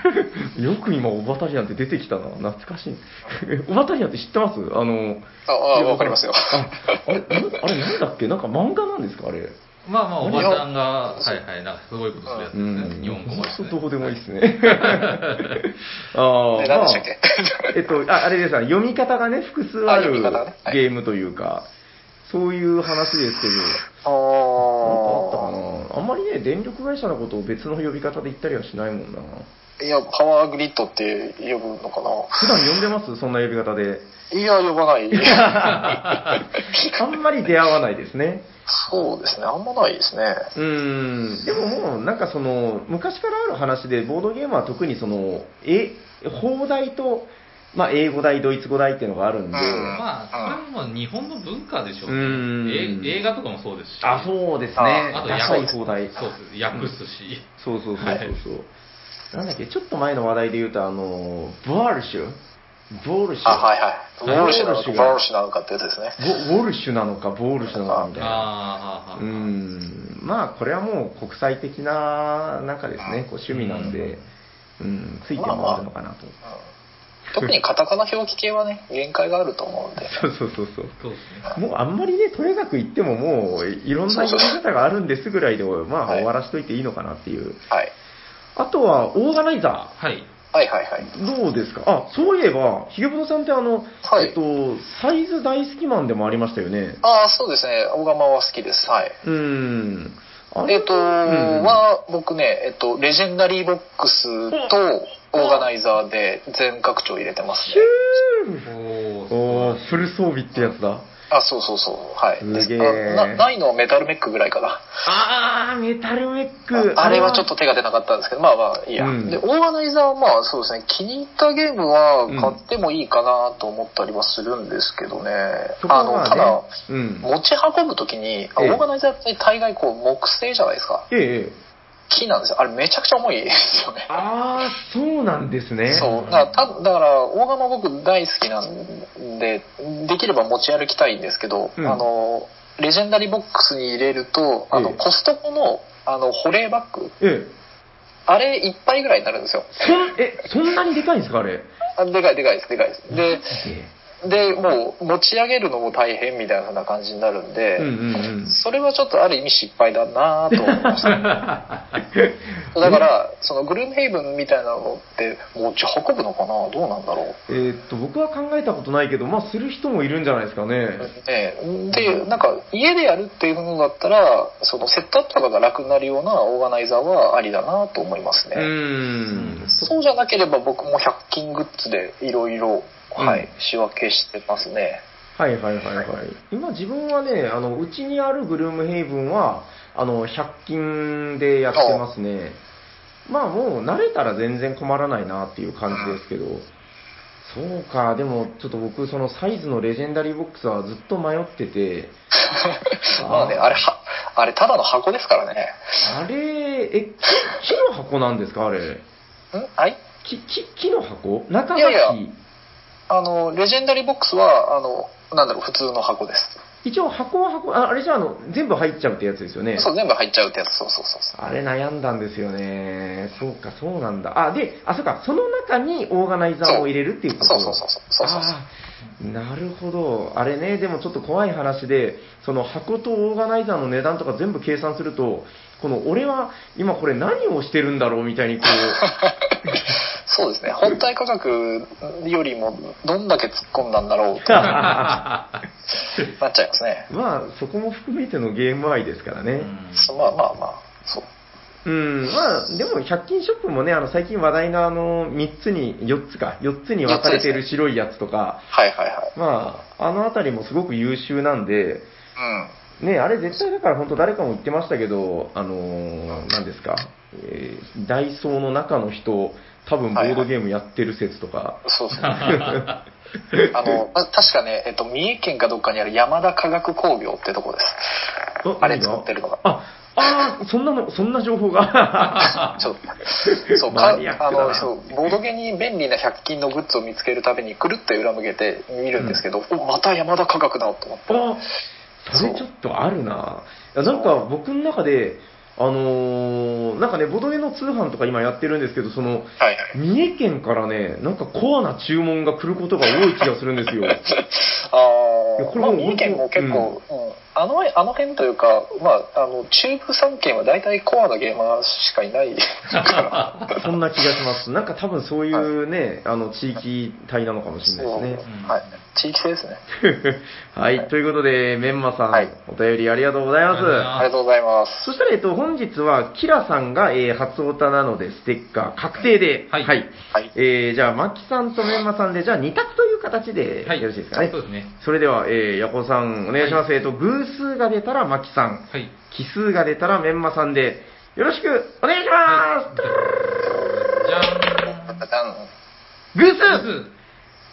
Speaker 2: よく今、オバタリアンって出てきたな、懐かしい。 オバタリアンって知ってますあの、
Speaker 3: ああ、わかりますよ。
Speaker 2: ああれ、なあれなんだっけなんか漫画なんですかあれ。
Speaker 1: まあまあ、おばさんが、はいはい、なんかすごいことするやつです
Speaker 2: うん。
Speaker 1: ね。日本語もです
Speaker 2: ほん
Speaker 1: ね
Speaker 2: とどうでもいいですね。ああ、
Speaker 3: え何でしたっけ
Speaker 2: えっと、ああれですね、読み方がね、複数あ
Speaker 3: あ
Speaker 2: る
Speaker 3: 読み方ねはい
Speaker 2: ゲームというか、そういう話ですけど、
Speaker 3: あ
Speaker 2: なんかあった
Speaker 3: ー
Speaker 2: かなあんまりね、電力会社のことを別の呼び方で言ったりはしないもんな。
Speaker 3: いや、パワーグリッドって呼ぶのかな
Speaker 2: 普段呼んでますそんな呼び方で。
Speaker 3: いや、呼ばない。
Speaker 2: あんまり出会わないですね。
Speaker 3: そうですね、あんまないですね。
Speaker 2: うーん。でももう、なんかその、昔からある話で、ボードゲームは特にその、え、放題と、まあ、英語題、ドイツ語題っていうのがあるんで、
Speaker 3: うん
Speaker 1: まあ、それはもう日本の文化でしょうね
Speaker 2: うん
Speaker 1: え映画とかもそうですし。
Speaker 2: あ、
Speaker 1: う。
Speaker 2: そうですね。
Speaker 3: あ
Speaker 1: あと、
Speaker 2: ダサい放題。
Speaker 1: そうです。訳すし。
Speaker 2: そうそうそうそうそう、
Speaker 1: はい
Speaker 2: なんだっけ、ちょっと前の話題で言うと、あの、ボワルシュボールシュ、
Speaker 3: あ、はいはい。
Speaker 2: はい
Speaker 3: ボールシュなのか、
Speaker 2: ウォルシュ
Speaker 3: ボ
Speaker 2: が
Speaker 3: ールシュなのかってやつですね。
Speaker 2: ボウォルシュなのか、ボールシュなのかみたいな。
Speaker 1: あーあー、あーあ
Speaker 2: う
Speaker 1: ー
Speaker 2: ん、まあ、これはもう国際的な、なんかですね、こう趣味なんで、うん、ついて回るのかなと。
Speaker 3: うん特にカタカナ表記系はね、限界があると思うんで。
Speaker 2: そうそうそうそう。
Speaker 1: そうですね。
Speaker 2: もうあんまりね、とにかく言ってももう、いろんな読み方があるんですぐらいで、まあ、
Speaker 3: はい
Speaker 2: 終わらしといていいのかなっていう。
Speaker 3: はい。
Speaker 2: あとは、オーガナイザ
Speaker 1: はい。
Speaker 3: はいはいはい。
Speaker 2: ー。どうですかあ、そういえば、ひげぼのさんってあの、
Speaker 3: はい
Speaker 2: えっと、サイズ大好きマンでもありましたよね。
Speaker 3: ああ、そうですね、大釜は好きです。はい。
Speaker 2: うーん。あれ
Speaker 3: えっと、
Speaker 2: うん
Speaker 3: は、僕ね、えっと、レジェンダリーボックスと、オーガナイザーで全拡張入れてます
Speaker 2: シ
Speaker 3: ね。
Speaker 2: ュー
Speaker 1: おー
Speaker 2: おー、フル装備ってやつだ。
Speaker 3: あ、そうそうそう。はい。
Speaker 2: すげえ
Speaker 3: ですあなないのはメタルメックぐらいかな。
Speaker 2: あー、メタルメック。
Speaker 3: ああれはちょっと手が出なかったんですけど、まあまあいいや。
Speaker 2: うん
Speaker 3: で、オーガナイザーはまあそうですね、気に入ったゲームは買ってもいいかなと思ったりはするんですけどね。
Speaker 2: そこ
Speaker 3: あ
Speaker 2: は
Speaker 3: の、
Speaker 2: まあ
Speaker 3: ただ、
Speaker 2: ね、うん。
Speaker 3: 持ち運ぶときに、あ
Speaker 2: ええ
Speaker 3: オーガナイザーって大概こう木製じゃないですか。
Speaker 2: ええええ。
Speaker 3: 木なんですよ。あれめちゃくちゃ重いですよね。
Speaker 2: あー、そうなんですね。
Speaker 3: そうだからただから大釜僕大好きなんでできれば持ち歩きたいんですけど、
Speaker 2: うん
Speaker 3: あのレジェンダリーボックスに入れるとあの、
Speaker 2: ええ
Speaker 3: コストコのあの保冷バッグ
Speaker 2: ええ。
Speaker 3: あれいっぱいぐらいになるんですよ
Speaker 2: そん、え、そんなにでかいんですか、あれ。
Speaker 3: あでかいでかいですでかいですで
Speaker 2: え
Speaker 3: でもう持ち上げるのも大変みたいな感じになるんで、
Speaker 2: うんうんうん。
Speaker 3: それはちょっとある意味失敗だなと思いました だからそのグルームヘイブンみたいなのって持ち運ぶのかなどうなんだろう
Speaker 2: えーっと、僕は考えたことないけど、まあ、する人もいるんじゃないですかね。
Speaker 3: ええ、でなんか家でやるっていうのだったらそのセットアップとかが楽になるようなオーガナイザーはありだなと思いますね、
Speaker 2: うーん。
Speaker 3: そうじゃなければ僕も100均グッズでいろいろは
Speaker 2: うん
Speaker 3: い仕分けしてますね、
Speaker 2: はいはいはいはい。今自分はね、あの、うちにあるグルームヘイブンは、あの、100均でやってますね。まあもう慣れたら全然困らないなっていう感じですけど。そうか、でもちょっと僕、そのサイズのレジェンダリーボックスはずっと迷ってて、
Speaker 3: まあねあれはあれただの箱ですからね
Speaker 2: あれ、え、木木の箱なんですかあれ。
Speaker 3: んはい
Speaker 2: 木、木、木の箱中が木。
Speaker 3: いやいやあのレジェンダリーボックスはあのなんだろう普通の箱です
Speaker 2: 一応箱は箱、ああれじゃあの、全部入っちゃうってやつですよね。
Speaker 3: そう、全部入っちゃうってやつ。そうそうそうそう。
Speaker 2: あれ悩んだんですよね。そうか、そうなんだ。あ、で、あ、そうか、その中にオーガナイザーを入れるっていうこと
Speaker 3: そうそうそうそうそうそうそう
Speaker 2: あーなるほど。あれね、でもちょっと怖い話で、その箱とオーガナイザーの値段とか全部計算すると、この俺は今これ何をしてるんだろうみたいにこ う、
Speaker 3: そうですね。本体価格よりもどんだけ突っ込んだんだろうとなっちゃいますね。
Speaker 2: まあそこも含めてのゲー ム愛ですか らね。
Speaker 3: そうまあまあまあ、そ
Speaker 2: う
Speaker 3: う。
Speaker 2: ん、まあ、でも、100均ショップもね、あの、最近話題のあの、3つに、4つか、4つに分かれてる白いやつとか、
Speaker 3: はいはいはい。
Speaker 2: まあ、あのあたりもすごく優秀なんで、
Speaker 3: うん。
Speaker 2: ね、あれ絶対だから本当誰かも言ってましたけど、あのー何ですか、えーダイソーの中の人、多分ボードゲームやってる説とか、
Speaker 3: そうですね。 あの、た確かね、えっと、三重県かどっかにある山田科学工業ってとこです。
Speaker 2: お
Speaker 3: あれ作ってるのが。
Speaker 2: あ、 あーそんなの、そんな情報が。
Speaker 3: そう、 そう、
Speaker 2: マ
Speaker 3: か
Speaker 2: ニアック
Speaker 3: あ
Speaker 2: だな
Speaker 3: の、そう、ボードゲに便利な100均のグッズを見つけるたびに、くるっと裏向けて見るんですけど、お、また山田科学だと思って。
Speaker 2: あそれちょっとあるな、いやなんか僕の中で、あのーなんかね、ボドゲの通販とか今やってるんですけど、その
Speaker 3: はいはい。
Speaker 2: 三重県からね、なんかコアな注文が来ることが多い気がするん ですよ。いや
Speaker 3: あ
Speaker 2: こ
Speaker 3: あ、
Speaker 2: れも
Speaker 3: まあ、
Speaker 2: う
Speaker 3: 三重県も結構、うんあの、あの辺というか、まあ、あの、中部三県は大体コアなゲーマーしかいないから。
Speaker 2: そんな気がします。なんか多分そういうね、あの、地域体なのかもしれ
Speaker 3: そう
Speaker 2: ない
Speaker 3: はい
Speaker 2: ですね。。
Speaker 3: 地域性ですね。
Speaker 2: はい、ということで、メンマさん、
Speaker 3: はい
Speaker 2: お便りありがとうござい
Speaker 1: ありがとうござい
Speaker 2: ま
Speaker 1: ますす。
Speaker 3: ありがとうございます。
Speaker 2: そしたら、えっと、本日は、キラさんが、えー初オタなので、ステッカー確定で、
Speaker 1: はい
Speaker 3: はい
Speaker 2: えーじゃあ、マキさんとメンマさんで、じゃあ、2択という形で、よろしいですかね。
Speaker 1: そうですね。
Speaker 2: それでは、えー、ヤコさん、お願いします。えっと、偶数が出たら、マキさん、
Speaker 1: はい。
Speaker 2: 奇数が出たら、メンマさんで、よろしく、お願いします、
Speaker 1: じゃ
Speaker 3: じゃん
Speaker 2: 偶
Speaker 1: ーん。
Speaker 2: 数
Speaker 1: う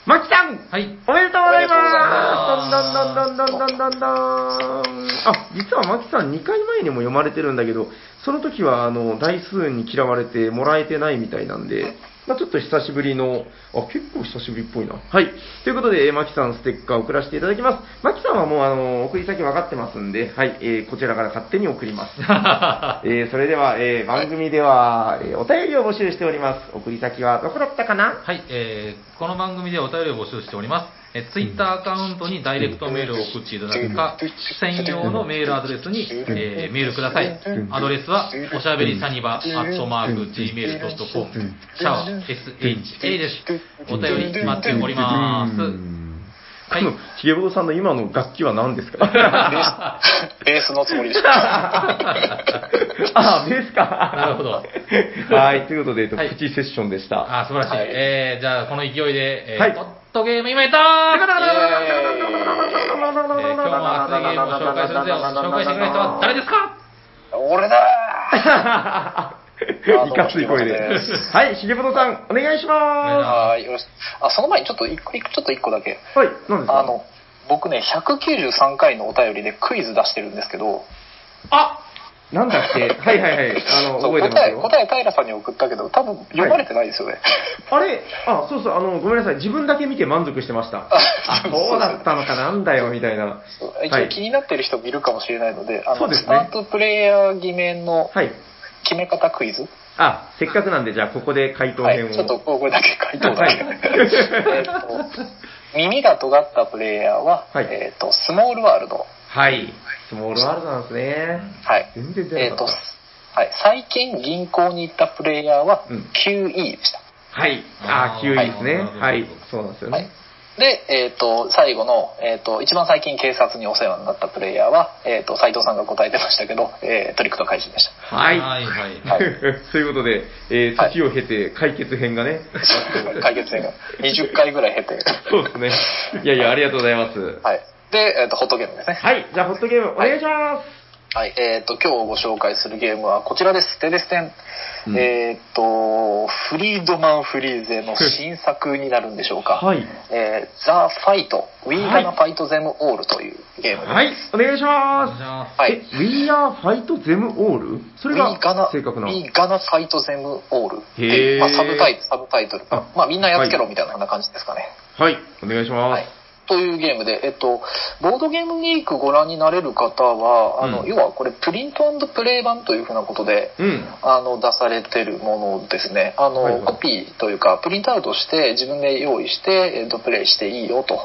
Speaker 2: マキさん
Speaker 1: すはい。
Speaker 2: おめでとうございます
Speaker 1: お
Speaker 2: どんどんどんどんどんどんどんどんあ、実はマキさん2回前にも読まれてるんだけど、その時はあの、台数に嫌われてもらえてないみたいなんで、まあ、ちょっと久しぶりの、あ、結構久しぶりっぽいな。はい。ということで、えーマキさんステッカーを送らせていただきます。マキさんはもうあの、送り先分かってますんで、はい、えーこちらから勝手に送ります。えーそれでは、えー番組では、えーお便りを募集しております。送り先はどこだったかな
Speaker 1: はい、えーこの番組でお便りを募集しております。えー、ツイッターアカウントにダイレクトメールを送っていただくか、専用のメールアドレスに、えーメールください。アドレスは、おしゃべりサニバ、アットマーク、gmail.com、シャワー、sha です。お便り待っております。は
Speaker 2: こ
Speaker 1: い
Speaker 2: の、ひげぼうさんの今の楽器は何で すか
Speaker 3: ベースのつもりでした。
Speaker 2: ああ、ベースか。
Speaker 1: なるほど。
Speaker 2: はい、ということで、えっと、
Speaker 1: はい
Speaker 2: プチセッションでした。
Speaker 1: あー、素晴らしい。
Speaker 3: はい
Speaker 1: えーじゃあ、この勢いで、えー
Speaker 2: はい
Speaker 1: トットゲーム今やったー
Speaker 2: えー今日
Speaker 1: えー今日も熱いゲームを紹介するぜ。紹介してくれる人は誰ですか
Speaker 3: 俺だ
Speaker 2: いかつい声で。はい、ひげぼうさん、お願いし
Speaker 3: ー
Speaker 2: ま
Speaker 3: はい、よろしく。あ、その前にちょっと一個、一個ちょっと一個だけ。
Speaker 2: す。はい、何ですか
Speaker 3: あの、僕ね、193回のお便りでクイズ出してるんですけど、
Speaker 1: あ
Speaker 2: なんだっけはいはいはい、あの、
Speaker 3: そう
Speaker 2: 覚えてま
Speaker 3: 答
Speaker 2: す
Speaker 3: え、
Speaker 2: よ。
Speaker 3: 答え平さんに送ったけど、多分読まれてないですよね。
Speaker 2: あれあ、そうそう、あの、ごめんなさい、自分だけ見て満足してました。 あ、そうだったのかなんだよ、みたいな。
Speaker 3: そう一
Speaker 2: は
Speaker 3: 応
Speaker 2: い
Speaker 3: 気になってる人もいるかもしれないので、あ
Speaker 2: そう
Speaker 3: の、
Speaker 2: ですね
Speaker 3: スタートプレイヤー偽名の
Speaker 2: はい。
Speaker 3: 決め方クイズ、
Speaker 2: あ、せっかくなんで、じゃあ、ここで回答
Speaker 3: は
Speaker 2: 編を。
Speaker 3: い、ちょっとこれだけ回答だけ。
Speaker 2: はい
Speaker 3: えっと、耳が尖ったプレイヤーは、
Speaker 2: はい
Speaker 3: えっと、スモールワールド。
Speaker 2: はい。スモールワールドなんですね。
Speaker 3: はい。
Speaker 2: 全然出
Speaker 3: え
Speaker 2: な
Speaker 3: っ
Speaker 2: か
Speaker 3: と、
Speaker 2: っ
Speaker 3: は
Speaker 2: た。
Speaker 3: い、最近銀行に行ったプレイヤーは
Speaker 2: うん
Speaker 3: QE でした。
Speaker 2: はい。あ
Speaker 1: あ
Speaker 2: ー、
Speaker 1: ー
Speaker 2: 9位ですね。は
Speaker 1: はいい。
Speaker 2: そうなんですよ
Speaker 3: は
Speaker 2: ね
Speaker 3: い。で、えっと最後の、えっと一番最近警察にお世話になったプレイヤーは、えっと斉藤さんが答えてましたけど、えートリックと怪人でし
Speaker 2: はい。
Speaker 1: はいはい。
Speaker 3: た、はい、
Speaker 2: ということで、えー
Speaker 3: はい
Speaker 2: 時を経て解決編がね。
Speaker 3: 解決戦が20回ぐらい経て、
Speaker 2: そうですね。いやいや、ありがとうございます。
Speaker 3: はい、で、えっとホットゲームですね
Speaker 2: はい。じゃあ、ホットゲーム、お願いします。
Speaker 3: はい、えっ、と、今日ご紹介するゲームはこちらです。テレステン。
Speaker 2: うん
Speaker 3: えっ、と、フリードマン・フリーゼの新作になるんでしょ うか。
Speaker 2: はい
Speaker 3: えーザ・ファイト、ウィーガナ・ファイト・ゼム・オールというゲーム。
Speaker 2: はい。お願いし
Speaker 1: じ
Speaker 2: ま
Speaker 1: ゃあ、
Speaker 2: す。
Speaker 3: はい
Speaker 2: え、We are fight them all? それ
Speaker 3: ウィ
Speaker 2: が
Speaker 3: ーガナ、
Speaker 2: 正確な。
Speaker 3: ウィーガナ・ファイト・ゼム・オールって
Speaker 2: へー
Speaker 3: いう、まあ、サブタイトル、サブタイトル
Speaker 2: あ。
Speaker 3: まあ、みんなやっつけろみたいな感じですかね。
Speaker 2: はい。お願いしま
Speaker 3: は
Speaker 2: す
Speaker 3: い。。というゲームで、えっと、ボードゲームウィークご覧になれる方は、あの、
Speaker 2: うん
Speaker 3: 要はこれプリントプレイ版というふうなことで、
Speaker 2: うん。
Speaker 3: あの出されてるものですねあの、
Speaker 2: はいはい
Speaker 3: コピーというかプリントアウトして自分で用意して、えっとプレイしていいよと、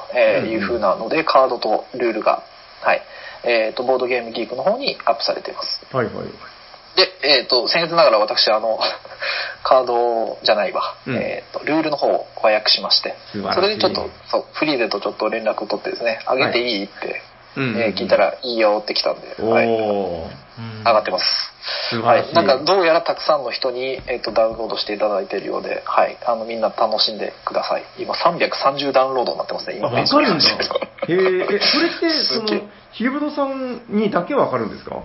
Speaker 2: う
Speaker 3: えー
Speaker 2: んうん
Speaker 3: いうふうなのでカードとルールが、はいえっとボードゲームギークの方にアップされています
Speaker 2: はいはい。
Speaker 3: で、えっと僭越ながら私あの カードじゃないわ、
Speaker 2: うん
Speaker 3: えっとルールの方を和訳しまして
Speaker 2: 素晴らしい
Speaker 3: それでちょっとそうフリーでとちょっと連絡を取ってですね上げていいって、
Speaker 2: うんうんうん
Speaker 3: えー聞いたらいいよって来たんで、
Speaker 2: お
Speaker 3: はい、上
Speaker 2: お、
Speaker 1: 上
Speaker 3: がってます
Speaker 2: 素
Speaker 3: は
Speaker 2: 晴らし
Speaker 3: い、
Speaker 2: い。
Speaker 3: なんかどうやらたくさんの人に、えっとダウンロードしていただいているようで、はい、あのみんな楽しんでください今330ダウンロードになってますね
Speaker 2: あ、
Speaker 3: 今
Speaker 2: わかるんだ。
Speaker 3: ページが
Speaker 2: へえ、え、それって、そ
Speaker 3: すげ
Speaker 2: の
Speaker 3: え、
Speaker 2: ひるぶどさんにだけわかるんですか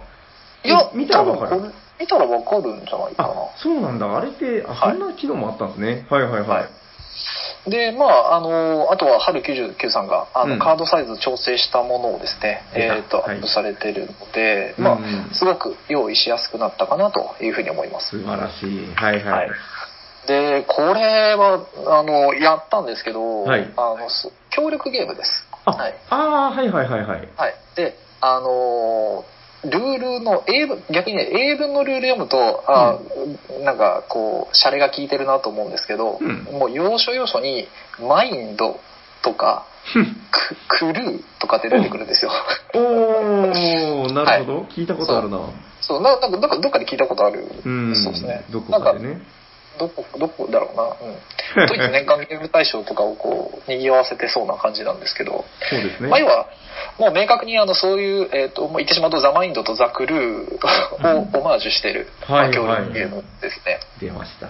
Speaker 3: いや
Speaker 2: 見たらわか
Speaker 3: 多
Speaker 2: る。
Speaker 3: 分これ見たらわかるんじゃないか
Speaker 2: あ、そうなんだ。あれって、あ、そ
Speaker 3: はい
Speaker 2: んな機能もあったんですね。はいはいは
Speaker 3: はいい。なでまああのあとは春99さんがあの、
Speaker 2: うん
Speaker 3: カードサイズ調整したものをですね、
Speaker 2: 出た
Speaker 3: えっと
Speaker 2: は
Speaker 3: ア
Speaker 2: い
Speaker 3: ップされてるので、
Speaker 2: うん
Speaker 3: まあ、すごく用意しやすくなったかなというふうに思います
Speaker 2: 素晴らしい。はいは
Speaker 3: はいい。でこれはあのやったんですけど、
Speaker 2: はい
Speaker 3: あのす協力ゲームです
Speaker 2: あ
Speaker 3: はい、
Speaker 2: ああ、はいはいはいはい。
Speaker 3: はい、であのールールの英文逆にね英文のルール読むとあー、なんかこうシャレが効いてるなと思うんですけど、
Speaker 2: うん
Speaker 3: もう要所要所に「マインド」とか「ククルー」とかって出てくるんですよ。
Speaker 2: おお、なるほど。聞いたことあるな。
Speaker 3: そうななんかどっかどっかで聞いたことある、
Speaker 2: うん。
Speaker 3: そうですね
Speaker 2: どこかで
Speaker 3: なんか
Speaker 2: ね。
Speaker 3: どこどこだろう な、うん、ドイツ年間ゲーム大賞とかをこう賑わせてそうな感じなんですけど、
Speaker 2: そうですね。
Speaker 3: まあ、要はもう明確にあのそういう、えー、ともう言ってしまうとザ・マインドとザ・クルーをオマージュしてる、ま
Speaker 2: はい
Speaker 3: あ、協
Speaker 2: はい
Speaker 3: 力ゲームですね。
Speaker 2: 出ました。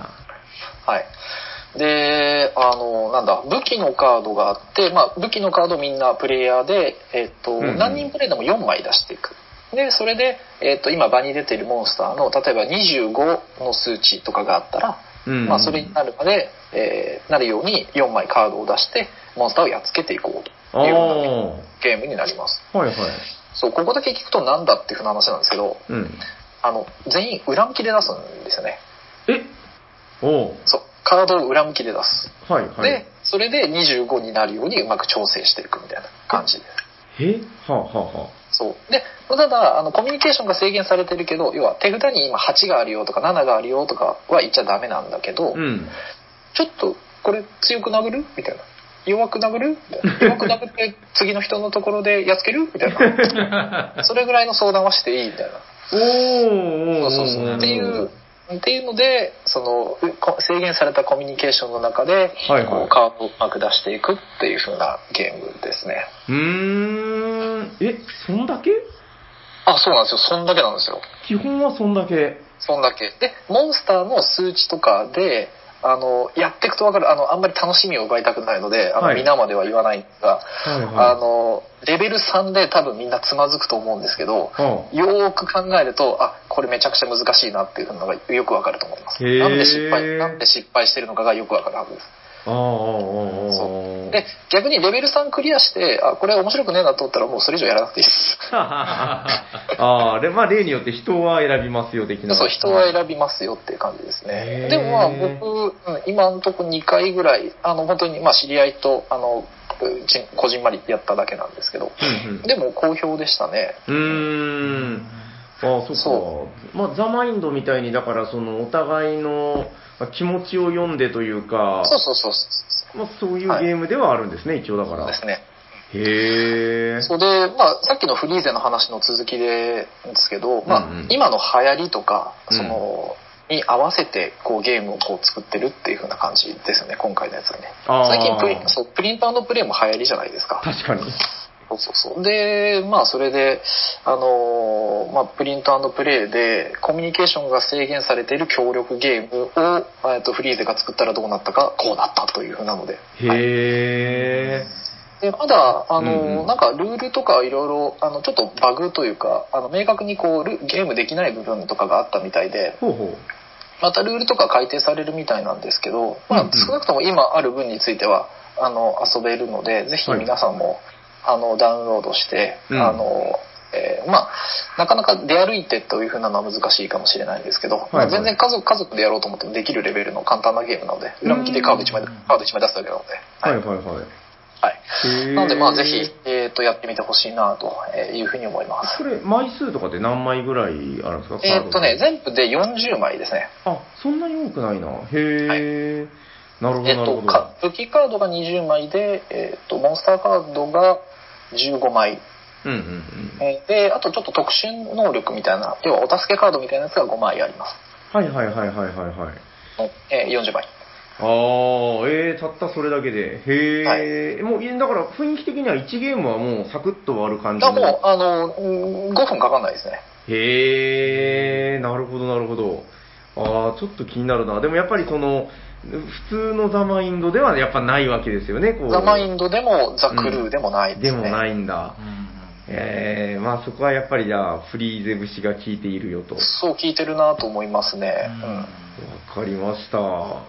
Speaker 3: はいであのなんだ武器のカードがあって、まあ、武器のカードみんなプレイヤーで、えっと
Speaker 2: うんうん
Speaker 3: 何人プレイでも4枚出していくでそれで、えっと今場に出てるモンスターの例えば25の数値とかがあったら、
Speaker 2: うん。
Speaker 3: まあ、それになるまで、えーなるように4枚カードを出してモンスターをやっつけていこう
Speaker 2: あ
Speaker 3: というような
Speaker 2: あ、は
Speaker 3: ゲームになります
Speaker 2: いはい。
Speaker 3: そうここだけ聞くとなんだっていうふうな話なんですけど
Speaker 2: うん。
Speaker 3: あの全員裏向きで出すんですよね
Speaker 2: えおう
Speaker 3: そうカードを裏向きで出す、
Speaker 2: はいはい。
Speaker 3: でそれで25になるようにうまく調整していくみたいな感じで
Speaker 2: えはあ、はあは
Speaker 3: そうでただあのコミュニケーションが制限されてるけど要は手札に今8があるよとか7があるよとかは言っちゃダメなんだけど、
Speaker 2: あ、うん。
Speaker 3: ちょっとこれ強く殴るみたいな弱く殴るみたいな弱く殴って次の人のところでやっつけるみたい なそれぐらいの相談はしていいみたいな
Speaker 2: おーおーおーおー
Speaker 3: そうそうそう。っていう、っていうので、その、うこ制限されたコミュニケーションの中で、
Speaker 2: はい
Speaker 3: こ
Speaker 2: は
Speaker 3: う
Speaker 2: い
Speaker 3: カードをうまく出していくっていう風なゲームですね。
Speaker 2: うーんえそんだけ
Speaker 3: あ、そうなんですよ。そんだけなんですよ。
Speaker 2: 基本はそんだけ
Speaker 3: そんだけ。で、モンスターの数値とかで、あの、やっていくとわかる、あの、あんまり楽しみを奪いたくないので、あの、
Speaker 2: はい
Speaker 3: 皆までは言わないが、
Speaker 2: はい
Speaker 3: あ
Speaker 2: は
Speaker 3: の、レベル3で多分みんなつまずくと思うんですけど、
Speaker 2: いあ
Speaker 3: よーく考えるとあこれめちゃくちゃ難しいなっていうのがよくわかると思います
Speaker 2: へー
Speaker 3: なんで失敗なんで失敗してるのかがよくわかるはずです
Speaker 2: ああああああ
Speaker 3: で逆にレベル3クリアしてあこれ面白くねえなと思ったらもうそれ以上やらなくていいです
Speaker 2: ああでまあ例によって人は選びますよ的な
Speaker 3: そう人は選びますよっていう感じです
Speaker 2: へ
Speaker 3: ね
Speaker 2: ー
Speaker 3: でもまあ僕、うん今のとこ2回ぐらいあの本当にまあ知り合いとあのちこじんまりやっただけなんですけど
Speaker 2: うん
Speaker 3: でも好評でしたね
Speaker 2: うんうーんああそっか
Speaker 3: そ
Speaker 2: まあザ・マインドみたいにだからそのお互いのまあ気持ちを読んでというか
Speaker 3: そうそうそうそ
Speaker 2: まあ、そういうゲームではあるんですね、一応だか
Speaker 3: う
Speaker 2: ら
Speaker 3: ですね
Speaker 2: へえ
Speaker 3: それで、まあ、さっきのフリーゼの話の続きでですけど、まあ
Speaker 2: うんうん
Speaker 3: 今の流行りとか
Speaker 2: うん
Speaker 3: その、に合わせてこうゲームをこう作ってるっていう風な感じですよね今回のやつはね
Speaker 2: あー
Speaker 3: 最近プリそうプリントプレイも流行りじゃないですか
Speaker 2: 確かに
Speaker 3: そうそうそうでまあそれで、あのーまあ、プリントプレイでコミュニケーションが制限されている協力ゲームを、えっとフリーゼが作ったらどうなったかこうなったという風なので
Speaker 2: へえ
Speaker 3: でまだあの、
Speaker 2: うんうん
Speaker 3: なんかルールとかいろいろあのちょっとバグというかあの明確にこうルゲームできない部分とかがあったみたいで
Speaker 2: ほうほ
Speaker 3: またルールとか改定されるみたいなんですけど、
Speaker 2: う
Speaker 3: まあ
Speaker 2: ん、うん
Speaker 3: 少なくとも今ある分についてはあの遊べるのでぜひ
Speaker 2: はい
Speaker 3: 皆さんも、あのダウンロードして、
Speaker 2: うん
Speaker 3: あのえーまあ、なかなか出歩いてというふうなのは難しいかもしれないんですけど、
Speaker 2: いはい
Speaker 3: まあ全然家族家族でやろうと思ってもできるレベルの簡単なゲームなので裏向きでカード1枚カード一枚出すだけなので、
Speaker 2: うはいはいはい
Speaker 3: はい。
Speaker 2: へー
Speaker 3: なので、まあ、ぜひ、えっ、と、やってみてほしいな、とえーいうふうに思います
Speaker 2: こ。れ、枚数とかって何枚ぐらいあるんですか
Speaker 3: えっ、とね、
Speaker 2: カード
Speaker 3: 全部で40枚ですね。
Speaker 2: あ、そんなに多くないな。へえ、なるほど、
Speaker 3: えっ、
Speaker 2: なる
Speaker 3: と
Speaker 2: ほど。
Speaker 3: か、武器カードが20枚で、えっ、と、モンスターカードが15枚。
Speaker 2: うんうんうん。
Speaker 3: えーで、あとちょっと特殊能力みたいな、要はお助けカードみたいなやつが5枚あります。
Speaker 2: はいはいはいはいはいはい。
Speaker 3: のえー40枚。
Speaker 2: ああ、えー、たったそれだけで。へえ、もう、いだから雰囲気的には1ゲームはもうサクッと終わる感じ
Speaker 3: だ
Speaker 2: の
Speaker 3: からもう、あの、うん5分かかんないですね。
Speaker 2: へえ、なるほど、なるほど。ああ、ちょっと気になるな。でもやっぱりその、普通のザマインドではやっぱないわけですよね、こう。
Speaker 3: ザ・マインドでもザ・クルーでもないで
Speaker 2: です
Speaker 3: ね。
Speaker 2: もないんだ。
Speaker 1: うん
Speaker 2: ええまあそこはやっぱりじゃあ、フリーゼ節が効いているよと。わ
Speaker 3: そう聞いてるなと思いますね。うん。
Speaker 2: かりました。は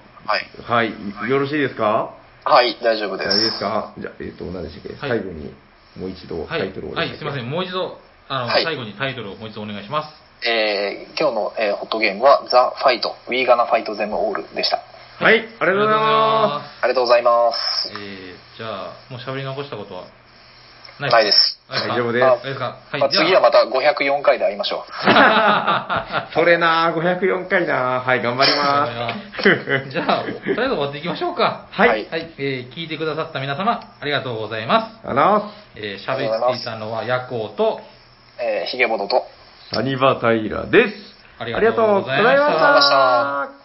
Speaker 3: はい。
Speaker 2: い、よろしいですか
Speaker 3: はい、大丈夫で
Speaker 2: 大
Speaker 3: す。
Speaker 2: 丈夫ですかじゃあ、えっ、と、何でしたっけ、
Speaker 1: はい
Speaker 2: 最後にもう一度
Speaker 1: は
Speaker 2: タイ
Speaker 1: い
Speaker 2: トルを、お
Speaker 1: は
Speaker 2: 願
Speaker 1: い、す
Speaker 2: し
Speaker 1: みません、もう一度、あの、
Speaker 3: はい
Speaker 1: 最後にタイトルをもう一度お願いします。
Speaker 3: えー今日の、えーホットゲームは、ザ・ファイト、ウィーガナ・ファイト・ゼム・オールでした。
Speaker 2: はい、ありがとうございます。
Speaker 3: ありがとうございます。
Speaker 1: えー、じゃあ、もう喋り残したことはない
Speaker 3: ないです。
Speaker 1: ない
Speaker 2: 大丈夫です
Speaker 1: かないですかはい、
Speaker 3: まあ、次はまた504回で会いましょう。
Speaker 2: それなぁ、504回なぁ。はい、頑張りま
Speaker 1: じゃあ、とりあえず終わっていきましょうか。
Speaker 2: す。はい。
Speaker 3: はい
Speaker 1: はい、えー聞いてくださった皆様、ありがとうございま
Speaker 2: あら
Speaker 1: す。えー、喋っていたのは、夜行と、
Speaker 3: えーヒゲボドと、
Speaker 2: す。サニバタイラです。
Speaker 1: ありがとうございました
Speaker 2: ありがとうございました。